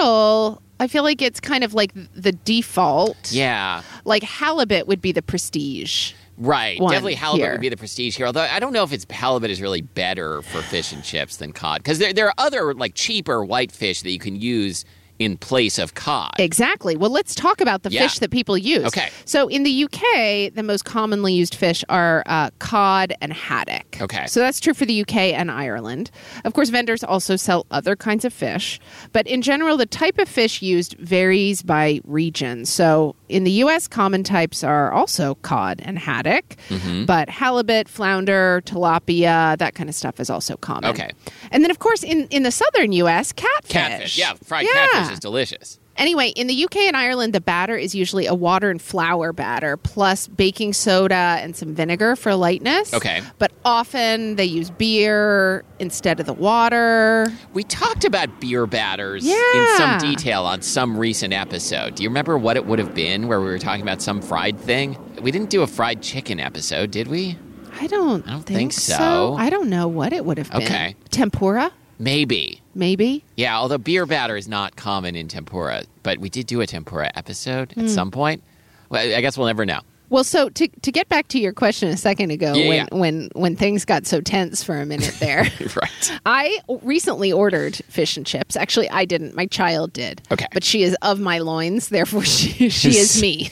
[SPEAKER 2] Seattle, I feel like it's kind of like the default.
[SPEAKER 1] yeah,
[SPEAKER 2] Like halibut would be the prestige.
[SPEAKER 1] right.
[SPEAKER 2] One
[SPEAKER 1] Definitely halibut
[SPEAKER 2] here.
[SPEAKER 1] would be the prestige here. Although I don't know if it's halibut is really better for fish and chips than cod because there there are other like cheaper whitefish that you can use in place of cod.
[SPEAKER 2] Exactly. Well, let's talk about the
[SPEAKER 1] Yeah.
[SPEAKER 2] fish that people use.
[SPEAKER 1] Okay.
[SPEAKER 2] So in the UK, the most commonly used fish are uh, cod and haddock.
[SPEAKER 1] Okay.
[SPEAKER 2] So that's true for the UK and Ireland. Of course, vendors also sell other kinds of fish, but in general, the type of fish used varies by region. So in the US, common types are also cod and haddock,
[SPEAKER 1] Mm-hmm.
[SPEAKER 2] but halibut, flounder, tilapia, that kind of stuff is also common.
[SPEAKER 1] Okay.
[SPEAKER 2] And then, of course, in, in the southern US, catfish.
[SPEAKER 1] catfish, yeah, fried
[SPEAKER 2] Yeah.
[SPEAKER 1] catfish is delicious.
[SPEAKER 2] Anyway, in the UK and Ireland, the batter is usually a water and flour batter plus baking soda and some vinegar for lightness.
[SPEAKER 1] Okay.
[SPEAKER 2] But often they use beer instead of the water.
[SPEAKER 1] We talked about beer batters in
[SPEAKER 2] Yeah.
[SPEAKER 1] some detail on some recent episode. Do you remember what it would have been where we were talking about some fried thing? We didn't do a fried chicken episode, did we?
[SPEAKER 2] I don't,
[SPEAKER 1] I don't
[SPEAKER 2] think,
[SPEAKER 1] think
[SPEAKER 2] so.
[SPEAKER 1] so.
[SPEAKER 2] I don't know what it would have been.
[SPEAKER 1] Okay.
[SPEAKER 2] Tempura,
[SPEAKER 1] Maybe.
[SPEAKER 2] maybe?
[SPEAKER 1] Yeah, although beer batter is not common in tempura, but we did do a tempura episode
[SPEAKER 2] Hmm.
[SPEAKER 1] at some point. Well, I guess we'll never know.
[SPEAKER 2] Well, so to, to get back to your question a second ago,
[SPEAKER 1] Yeah,
[SPEAKER 2] when,
[SPEAKER 1] yeah.
[SPEAKER 2] when when things got so tense for a minute there,
[SPEAKER 1] Right.
[SPEAKER 2] I recently ordered fish and chips. Actually, I didn't. My child did.
[SPEAKER 1] Okay.
[SPEAKER 2] But she is of my loins, therefore she she is me.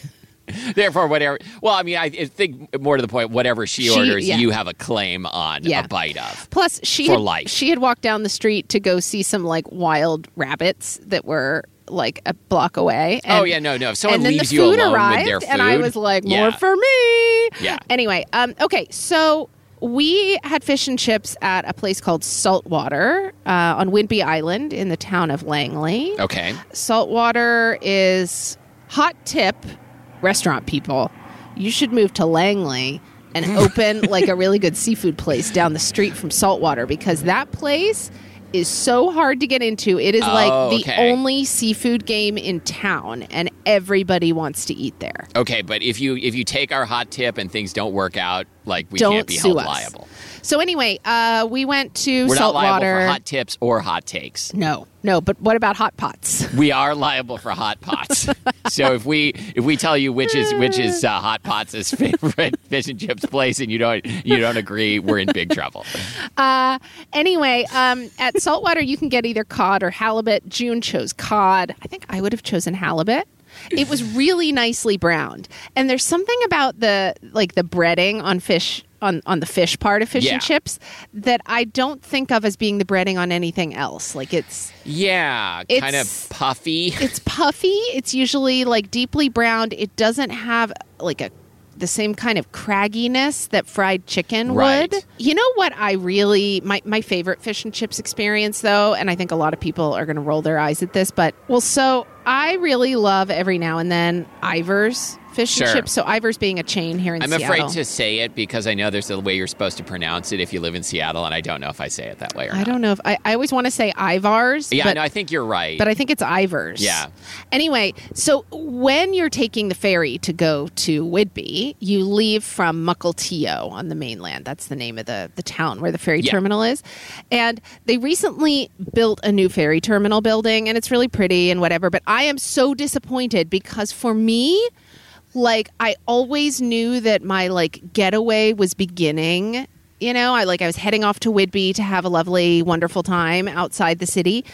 [SPEAKER 1] Therefore, whatever. Well, I mean, I I think more to the point, whatever she,
[SPEAKER 2] She-
[SPEAKER 1] orders,
[SPEAKER 2] yeah.
[SPEAKER 1] you have a claim on
[SPEAKER 2] Yeah.
[SPEAKER 1] a bite of.
[SPEAKER 2] Plus, she
[SPEAKER 1] For
[SPEAKER 2] had,
[SPEAKER 1] life.
[SPEAKER 2] she had walked down the street to go see some like wild rabbits that were like a block away.
[SPEAKER 1] Oh, yeah, no, no. If someone
[SPEAKER 2] and then
[SPEAKER 1] leaves
[SPEAKER 2] the
[SPEAKER 1] you
[SPEAKER 2] food
[SPEAKER 1] alone
[SPEAKER 2] arrived,
[SPEAKER 1] with their
[SPEAKER 2] and I
[SPEAKER 1] food,
[SPEAKER 2] was like, more
[SPEAKER 1] yeah.
[SPEAKER 2] for me.
[SPEAKER 1] Yeah.
[SPEAKER 2] Anyway, um, okay, so we had fish and chips at a place called Saltwater uh, on Whidbey Island in the town of Langley.
[SPEAKER 1] Okay.
[SPEAKER 2] Saltwater is hot tip restaurant people. You should move to Langley and open like a really good seafood place down the street from Saltwater because that place is so hard to get into. It is like
[SPEAKER 1] Oh,
[SPEAKER 2] the
[SPEAKER 1] okay.
[SPEAKER 2] only seafood game in town and everybody wants to eat there.
[SPEAKER 1] Okay, but if you if you take our hot tip and things don't work out, like we
[SPEAKER 2] Don't
[SPEAKER 1] can't be
[SPEAKER 2] sue
[SPEAKER 1] held
[SPEAKER 2] us.
[SPEAKER 1] liable.
[SPEAKER 2] So anyway, uh, we went to
[SPEAKER 1] We're not liable
[SPEAKER 2] Saltwater.
[SPEAKER 1] for hot tips or hot takes.
[SPEAKER 2] no, no, but what about hot pots?
[SPEAKER 1] We are liable for hot pots. so if we if we tell you which is which is uh, hot pots' favorite fish and chips place, and you don't you don't agree, we're in big trouble.
[SPEAKER 2] Uh, anyway, um, at Saltwater, you can get either cod or halibut. June chose cod. I think I would have chosen halibut. It was really nicely browned, and there's something about the like the breading on fish on on the fish part of fish
[SPEAKER 1] Yeah.
[SPEAKER 2] and chips that I don't think of as being the breading on anything else. Like it's
[SPEAKER 1] Yeah, kind
[SPEAKER 2] It's-
[SPEAKER 1] of puffy.
[SPEAKER 2] it's puffy. It's usually like deeply browned. It doesn't have like a the same kind of cragginess that fried chicken
[SPEAKER 1] Right.
[SPEAKER 2] would. You know what I really my my favorite fish and chips experience though, and I think a lot of people are going to roll their eyes at this, but well, so I really love every now and then Ivers fish
[SPEAKER 1] Sure.
[SPEAKER 2] and chips. So Ivers being a chain here in
[SPEAKER 1] I'm
[SPEAKER 2] Seattle.
[SPEAKER 1] afraid to say it because I know there's a way you're supposed to pronounce it if you live in Seattle, and I don't know if I say it that way or
[SPEAKER 2] I
[SPEAKER 1] not.
[SPEAKER 2] don't know if I, I always want to say Ivars.
[SPEAKER 1] yeah,
[SPEAKER 2] but
[SPEAKER 1] no, I think you're right.
[SPEAKER 2] but I think it's Ivers.
[SPEAKER 1] Yeah.
[SPEAKER 2] Anyway, so when you're taking the ferry to go to Whidbey, you leave from Mukilteo on the mainland. That's the name of the, the town where the ferry
[SPEAKER 1] Yeah.
[SPEAKER 2] terminal is. And they recently built a new ferry terminal building, and it's really pretty and whatever. But I am so disappointed because for me, like I always knew that my like getaway was beginning. You know, I like I was heading off to Whidbey to have a lovely, wonderful time outside the city.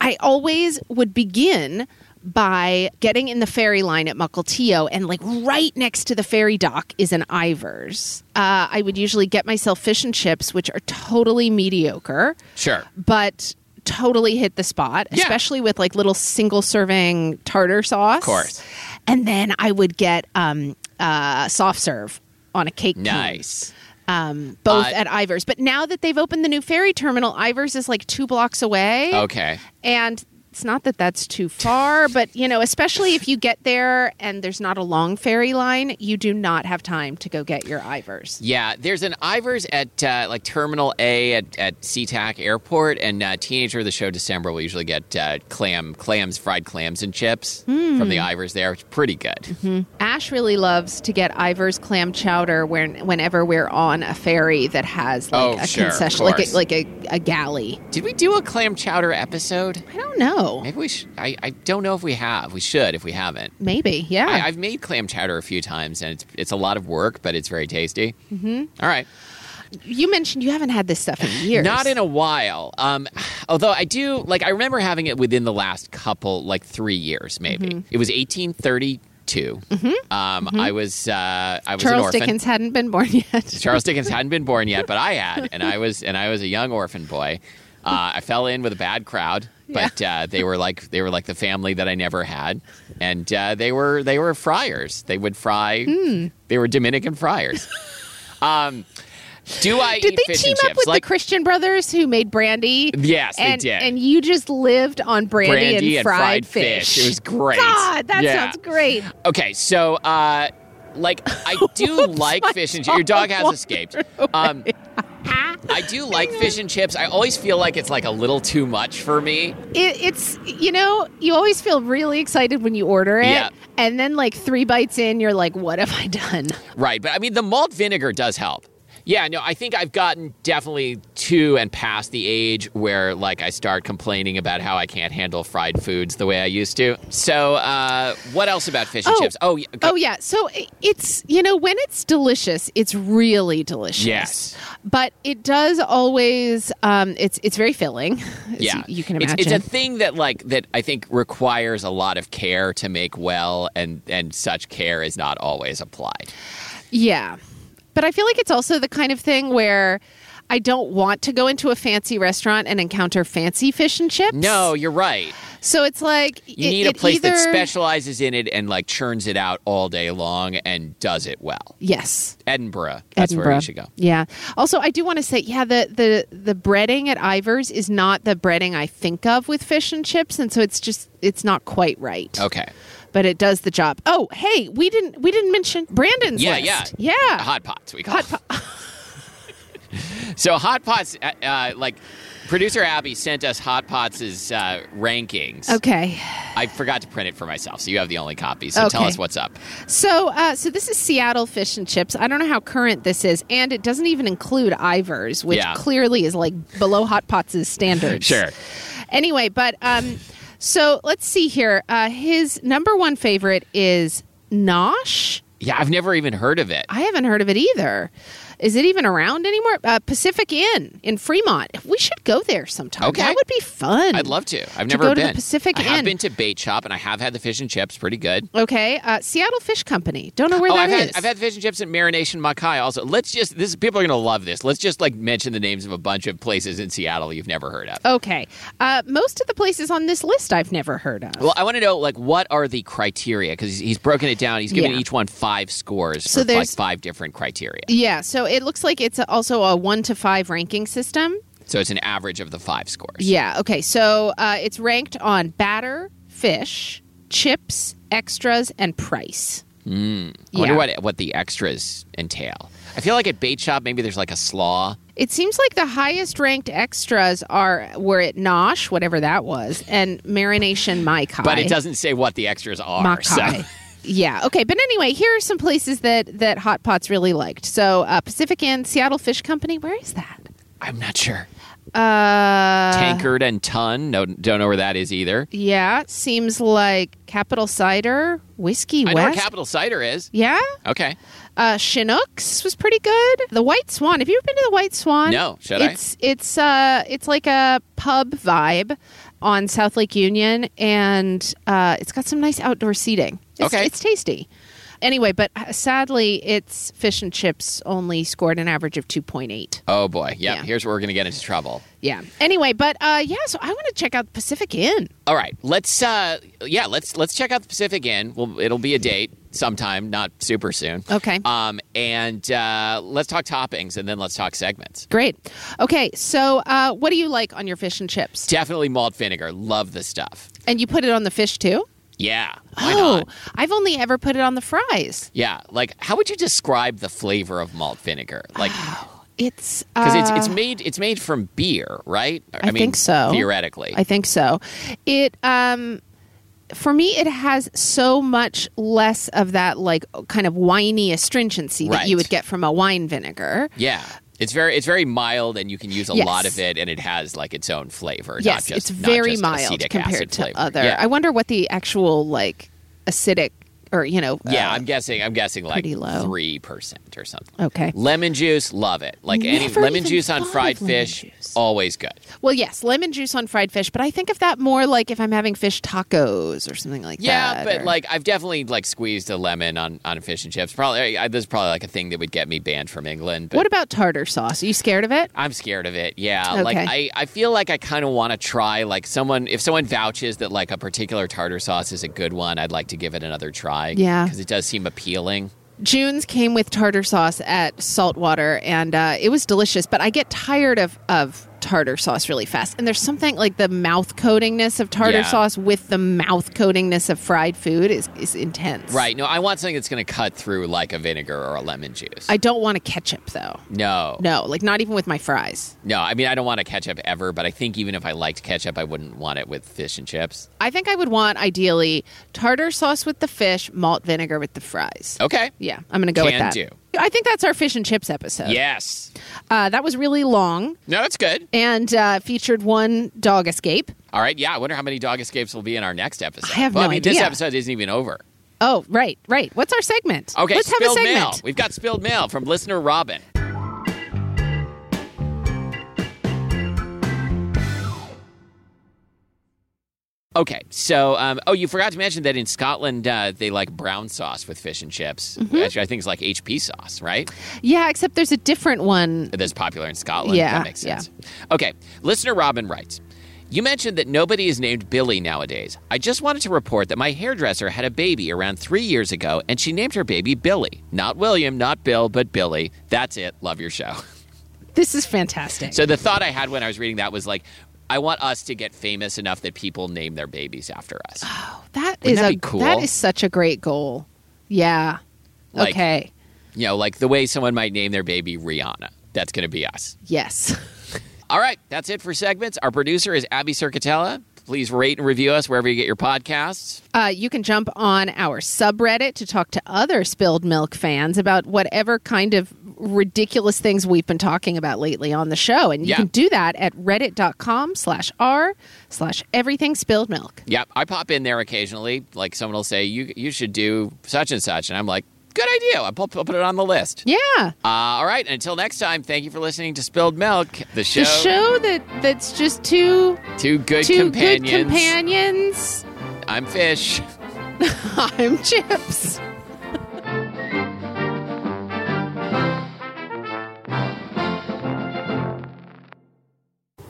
[SPEAKER 2] I always would begin by getting in the ferry line at Mukilteo, and like right next to the ferry dock is an Ivers. Uh, I would usually get myself fish and chips, which are totally mediocre
[SPEAKER 1] sure.
[SPEAKER 2] but totally hit the spot,
[SPEAKER 1] Yeah.
[SPEAKER 2] especially with like little single serving tartar sauce. Of
[SPEAKER 1] course.
[SPEAKER 2] And then I would get um, uh, soft serve on a cake. cone,
[SPEAKER 1] Nice.
[SPEAKER 2] Um, both
[SPEAKER 1] Uh,
[SPEAKER 2] at Ivers.
[SPEAKER 1] Oh.
[SPEAKER 2] But now that they've opened the new ferry terminal, Ivers is like two blocks away.
[SPEAKER 1] Okay.
[SPEAKER 2] And it's not that that's too far, but you know, especially if you get there and there's not a long ferry line, you do not have time to go get your Ivers.
[SPEAKER 1] Yeah, there's an Ivers at uh, like Terminal A at, at SeaTac Airport, and uh, Teenager of the Show December will usually get uh, clam clams, fried clams and chips from the Ivers there. It's pretty good.
[SPEAKER 2] Ash really loves to get Ivers clam chowder when whenever we're on a ferry that has like
[SPEAKER 1] Oh,
[SPEAKER 2] a
[SPEAKER 1] sure, of
[SPEAKER 2] concession, like
[SPEAKER 1] course.
[SPEAKER 2] a, like a, a galley.
[SPEAKER 1] Did we do a clam chowder episode?
[SPEAKER 2] I don't know.
[SPEAKER 1] Maybe we should. I, I don't know if we have. We should if we haven't.
[SPEAKER 2] Maybe, yeah.
[SPEAKER 1] I, I've made clam chowder a few times, and it's it's a lot of work, but it's very tasty. Mm-hmm. right.
[SPEAKER 2] you mentioned you haven't had this stuff in years.
[SPEAKER 1] Not in a while. Um, although I do like, I remember having it within the last couple, like three years, maybe.
[SPEAKER 2] Mm-hmm.
[SPEAKER 1] It was 1832. Um, I was, uh, I was an
[SPEAKER 2] Charles
[SPEAKER 1] orphan.
[SPEAKER 2] Dickens hadn't been born yet.
[SPEAKER 1] Charles Dickens hadn't been born yet, but I had, and I was, and I was a young orphan boy. Uh, I fell in with a bad crowd, but uh, they were like they were like the family that I never had, and uh, they were they were friars. They would fry.
[SPEAKER 2] Hmm.
[SPEAKER 1] They were Dominican friars. um, do I
[SPEAKER 2] Did
[SPEAKER 1] eat
[SPEAKER 2] they
[SPEAKER 1] fish
[SPEAKER 2] team
[SPEAKER 1] and chips?
[SPEAKER 2] up with
[SPEAKER 1] like,
[SPEAKER 2] the Christian Brothers who made brandy?
[SPEAKER 1] Yes, they
[SPEAKER 2] and,
[SPEAKER 1] did.
[SPEAKER 2] And you just lived on brandy,
[SPEAKER 1] Brandy and fried
[SPEAKER 2] fish.
[SPEAKER 1] fish. It was great.
[SPEAKER 2] God, that
[SPEAKER 1] Yeah.
[SPEAKER 2] sounds great.
[SPEAKER 1] Okay, so uh like I do like fish and chips. Your dog has escaped. Um I do like fish and chips. I always feel like it's like a little too much for me.
[SPEAKER 2] It, it's you know you always feel really excited when you order it,
[SPEAKER 1] Yeah.
[SPEAKER 2] and then like three bites in, you're like, what have I done?
[SPEAKER 1] Right, but I mean the malt vinegar does help. Yeah, no, I think I've gotten definitely to and past the age where like I start complaining about how I can't handle fried foods the way I used to. So, uh what else about fish and
[SPEAKER 2] Oh.
[SPEAKER 1] chips? Oh, yeah, okay.
[SPEAKER 2] Oh yeah, so i- it's you know when it's delicious, it's really delicious.
[SPEAKER 1] Yes.
[SPEAKER 2] but it does always. Um, it's it's very filling. as
[SPEAKER 1] yeah,
[SPEAKER 2] you, you can
[SPEAKER 1] It's-
[SPEAKER 2] imagine.
[SPEAKER 1] It's, a thing that like that I think requires a lot of care to make well, and and such care is not always applied.
[SPEAKER 2] Yeah. But I feel like it's also the kind of thing where I don't want to go into a fancy restaurant and encounter fancy fish and chips.
[SPEAKER 1] No, you're right.
[SPEAKER 2] So it's like
[SPEAKER 1] You
[SPEAKER 2] it-
[SPEAKER 1] need a
[SPEAKER 2] it
[SPEAKER 1] place that
[SPEAKER 2] either-
[SPEAKER 1] specializes in it and like churns it out all day long and does it well.
[SPEAKER 2] Yes.
[SPEAKER 1] Edinburgh, that's
[SPEAKER 2] Edinburgh.
[SPEAKER 1] where you should go.
[SPEAKER 2] Yeah. Also, I do want to say, yeah, the the the breading at Ivers is not the breading I think of with fish and chips, and so it's just it's not quite right.
[SPEAKER 1] Okay.
[SPEAKER 2] But it does the job. Oh, hey, we didn't we didn't mention Brandon's
[SPEAKER 1] Yeah,
[SPEAKER 2] list.
[SPEAKER 1] yeah,
[SPEAKER 2] yeah.
[SPEAKER 1] Hot pots, we call hot so hot pots, uh, uh, like producer Abby sent us hot pots' uh, rankings.
[SPEAKER 2] Okay.
[SPEAKER 1] I forgot to print it for myself, so you have the only copy. So tell
[SPEAKER 2] Okay.
[SPEAKER 1] us what's up.
[SPEAKER 2] So, uh, so this is Seattle fish and chips. I don't know how current this is, and it doesn't even include Ivers, which
[SPEAKER 1] Yeah.
[SPEAKER 2] clearly is like below Hot Pots' standards.
[SPEAKER 1] Sure.
[SPEAKER 2] Anyway, but um, so let's see here. Uh, his number one favorite is Nosh.
[SPEAKER 1] Yeah, I've never even heard of it.
[SPEAKER 2] I haven't heard of it either. Is it even around anymore? Uh, Pacific Inn in Fremont. We should go there sometime.
[SPEAKER 1] Okay.
[SPEAKER 2] That would be fun.
[SPEAKER 1] I'd love to. I've
[SPEAKER 2] Um, to
[SPEAKER 1] never
[SPEAKER 2] go to
[SPEAKER 1] been
[SPEAKER 2] the Pacific
[SPEAKER 1] I have
[SPEAKER 2] Inn.
[SPEAKER 1] been to Bait Shop, and I have had the fish and chips. Pretty good.
[SPEAKER 2] Okay, uh, Seattle Fish Company. Don't know where
[SPEAKER 1] oh,
[SPEAKER 2] that
[SPEAKER 1] I've
[SPEAKER 2] is.
[SPEAKER 1] had I've had fish and chips at Marination Makai. Also, let's just this people are going to love this. Let's just like mention the names of a bunch of places in Seattle you've never heard of.
[SPEAKER 2] Okay. Uh, most of the places on this list I've never heard of.
[SPEAKER 1] Well, I want to know like what are the criteria because he's broken it down. He's given
[SPEAKER 2] Yeah.
[SPEAKER 1] each one five scores
[SPEAKER 2] So
[SPEAKER 1] for like
[SPEAKER 2] there's-
[SPEAKER 1] five different criteria.
[SPEAKER 2] yeah, so it looks like it's also a one to five ranking system.
[SPEAKER 1] So it's an average of the five scores.
[SPEAKER 2] Yeah, okay. So uh, it's ranked on batter, fish, chips, extras, and price.
[SPEAKER 1] Hmm. I wonder
[SPEAKER 2] Yeah.
[SPEAKER 1] what what the extras entail. I feel like at Bait Shop maybe there's like a slaw.
[SPEAKER 2] It seems like the highest ranked extras are were at Nosh, whatever that was, and Marination Mai Kai.
[SPEAKER 1] But it doesn't say what the extras are.
[SPEAKER 2] Makai.
[SPEAKER 1] So.
[SPEAKER 2] Yeah. Okay. But anyway, here are some places that that Hot Pots really liked. So uh, Pacific Inn, Seattle Fish Company. Where is that?
[SPEAKER 1] I'm not sure.
[SPEAKER 2] Uh,
[SPEAKER 1] Tankard and Ton. No, don't know where that is either.
[SPEAKER 2] Yeah, seems like Capital Cider, Whiskey
[SPEAKER 1] I know where
[SPEAKER 2] West.
[SPEAKER 1] Capital Cider is.
[SPEAKER 2] yeah,
[SPEAKER 1] Okay.
[SPEAKER 2] uh, Chinooks was pretty good. The White Swan. Have you ever been to the White Swan?
[SPEAKER 1] No. Should I?
[SPEAKER 2] it's it's uh it's like a pub vibe on South Lake Union, and uh, it's got some nice outdoor seating. It's,
[SPEAKER 1] Okay.
[SPEAKER 2] it's tasty. Anyway, but uh, sadly, its fish and chips only scored an average of 2.8.
[SPEAKER 1] Oh boy. Yep.
[SPEAKER 2] Yeah.
[SPEAKER 1] Here's where we're gonna get into trouble.
[SPEAKER 2] Yeah. Anyway, but uh, yeah, so I want to check out Pacific Inn.
[SPEAKER 1] All right, let's uh yeah, let's let's check out the Pacific Inn. Well, it'll be a date sometime, not super soon.
[SPEAKER 2] Okay.
[SPEAKER 1] Um and uh let's talk toppings and then let's talk segments.
[SPEAKER 2] Great. Okay, so uh, what do you like on your fish and chips?
[SPEAKER 1] Definitely malt vinegar. Love this stuff.
[SPEAKER 2] And you put it on the fish too?
[SPEAKER 1] Yeah. Why
[SPEAKER 2] oh,
[SPEAKER 1] not?
[SPEAKER 2] I've only ever put it on the fries.
[SPEAKER 1] Yeah. Like how would you describe the flavor of malt vinegar? Like
[SPEAKER 2] It's
[SPEAKER 1] cuz
[SPEAKER 2] uh,
[SPEAKER 1] it's it's made it's made from beer, right? I,
[SPEAKER 2] think so.
[SPEAKER 1] Theoretically.
[SPEAKER 2] I think so. It um for me it has so much less of that like kind of winey astringency that you
[SPEAKER 1] Right.
[SPEAKER 2] would get from a wine vinegar.
[SPEAKER 1] yeah. It's very it's very mild and you can use a
[SPEAKER 2] Yes.
[SPEAKER 1] lot of it and it has like its own flavor, not
[SPEAKER 2] yes,
[SPEAKER 1] just
[SPEAKER 2] it's
[SPEAKER 1] not
[SPEAKER 2] very
[SPEAKER 1] just
[SPEAKER 2] mild
[SPEAKER 1] acetic
[SPEAKER 2] compared
[SPEAKER 1] acid
[SPEAKER 2] to
[SPEAKER 1] flavor.
[SPEAKER 2] other.
[SPEAKER 1] Yeah.
[SPEAKER 2] I wonder what the actual like acidic or you know
[SPEAKER 1] Yeah,
[SPEAKER 2] uh,
[SPEAKER 1] I'm guessing. I'm guessing like
[SPEAKER 2] pretty low.
[SPEAKER 1] three percent or something.
[SPEAKER 2] Okay.
[SPEAKER 1] Lemon juice, love it. Like any
[SPEAKER 2] Never
[SPEAKER 1] lemon
[SPEAKER 2] even
[SPEAKER 1] juice on
[SPEAKER 2] thought of
[SPEAKER 1] fried
[SPEAKER 2] lemon
[SPEAKER 1] fish,
[SPEAKER 2] juice.
[SPEAKER 1] always good.
[SPEAKER 2] Well, yes, lemon juice on fried fish, but I think of that more like if I'm having fish tacos or something like
[SPEAKER 1] Yeah,
[SPEAKER 2] that.
[SPEAKER 1] but
[SPEAKER 2] or-
[SPEAKER 1] like I've definitely like squeezed a lemon on on fish and chips. Probably I, this is probably like a thing that would get me banned from England. But
[SPEAKER 2] what about tartar sauce? Are you scared of it?
[SPEAKER 1] I'm scared of it. Yeah, like
[SPEAKER 2] Okay.
[SPEAKER 1] I I feel like I kind of want to try like someone if someone vouches that like a particular tartar sauce is a good one, I'd like to give it another try.
[SPEAKER 2] Yeah.
[SPEAKER 1] because it does seem appealing.
[SPEAKER 2] June's came with tartar sauce at Saltwater, and uh, it was delicious. But I get tired of of tartar sauce really fast, and there's something like the mouth coatingness of tartar
[SPEAKER 1] Yeah.
[SPEAKER 2] sauce with the mouth coatingness of fried food is is intense.
[SPEAKER 1] Right? No, I want something that's going to cut through like a vinegar or a lemon juice.
[SPEAKER 2] I don't want a ketchup though.
[SPEAKER 1] no,
[SPEAKER 2] No, like not even with my fries.
[SPEAKER 1] No, I mean I don't want a ketchup ever, but I think even if I liked ketchup, I wouldn't want it with fish and chips.
[SPEAKER 2] I think I would want ideally tartar sauce with the fish, malt vinegar with the fries.
[SPEAKER 1] Okay.
[SPEAKER 2] Yeah, I'm going to go
[SPEAKER 1] Can
[SPEAKER 2] with that.
[SPEAKER 1] do.
[SPEAKER 2] I think that's our fish and chips episode.
[SPEAKER 1] Yes.
[SPEAKER 2] Uh, that was really long
[SPEAKER 1] No, that's good.
[SPEAKER 2] and uh, featured one dog escape.
[SPEAKER 1] All right. Yeah, I wonder how many dog escapes will be in our next episode.
[SPEAKER 2] I have
[SPEAKER 1] well, I
[SPEAKER 2] no
[SPEAKER 1] mean, this
[SPEAKER 2] idea.
[SPEAKER 1] episode isn't even over.
[SPEAKER 2] Oh, right, right. What's our segment?
[SPEAKER 1] Okay,
[SPEAKER 2] Let's have a
[SPEAKER 1] spilled
[SPEAKER 2] segment.
[SPEAKER 1] mail. We've got spilled mail from listener Robin. Okay, so um, oh, you forgot to mention that in Scotland uh, they like brown sauce with fish and chips,
[SPEAKER 2] Mm-hmm.
[SPEAKER 1] which I think is like HP sauce, right?
[SPEAKER 2] Yeah, except there's a different one.
[SPEAKER 1] that's popular in Scotland.
[SPEAKER 2] Yeah,
[SPEAKER 1] that makes sense. Okay, listener Robin writes. You mentioned that nobody is named Billy nowadays. I just wanted to report that my hairdresser had a baby around three years ago, and she named her baby Billy. Not William, not Bill, but Billy. That's it. Love your show.
[SPEAKER 2] This is fantastic.
[SPEAKER 1] So the thought I had when I was reading that was like, I want us to get famous enough that people name their babies after us.
[SPEAKER 2] that is
[SPEAKER 1] that
[SPEAKER 2] a
[SPEAKER 1] be cool?
[SPEAKER 2] that is such a great goal. Yeah.
[SPEAKER 1] Like-
[SPEAKER 2] okay.
[SPEAKER 1] You know, like the way someone might name their baby Rihanna. That's going to be us.
[SPEAKER 2] Yes.
[SPEAKER 1] All right, that's it for segments. Our producer is Abby Circatella. Please rate and review us wherever you get your podcasts.
[SPEAKER 2] Uh, you can jump on our subreddit to talk to other spilled milk fans about whatever kind of ridiculous things we've been talking about lately on the show. And you
[SPEAKER 1] Yeah.
[SPEAKER 2] can do that at reddit.com slash r slash everything spilled milk.
[SPEAKER 1] Yep, I pop in there occasionally. Like someone will say, "You you should do such and such," and I'm like, "Good idea." I'll put, I'll put it on the list.
[SPEAKER 2] Yeah.
[SPEAKER 1] Uh, all right. Until next time, thank you for listening to Spilled Milk, the show.
[SPEAKER 2] The show that that's just two
[SPEAKER 1] Two good
[SPEAKER 2] two
[SPEAKER 1] companions.
[SPEAKER 2] good companions.
[SPEAKER 1] I'm Fish.
[SPEAKER 2] I'm Chips.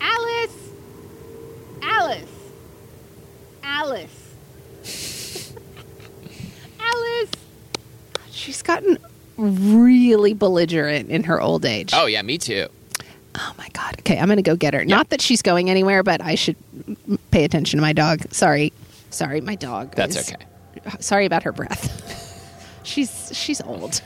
[SPEAKER 5] Alice. Alice. Alice. Alice.
[SPEAKER 2] She's gotten really belligerent in her old age.
[SPEAKER 1] Oh yeah, me too.
[SPEAKER 2] Oh my god. Okay, I'm going to go get her. Not that she's going anywhere, but I should m- pay attention to my dog. Sorry. Sorry, my dog.
[SPEAKER 1] That's
[SPEAKER 2] is-
[SPEAKER 1] okay.
[SPEAKER 2] Sorry about her breath. she's she's old.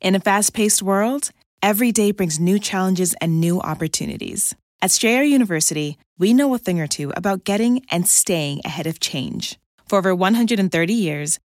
[SPEAKER 6] In a fast paced world, every day brings new challenges and new opportunities. At Strayer University, we know a thing or two about getting and staying ahead of change. For over 130 years,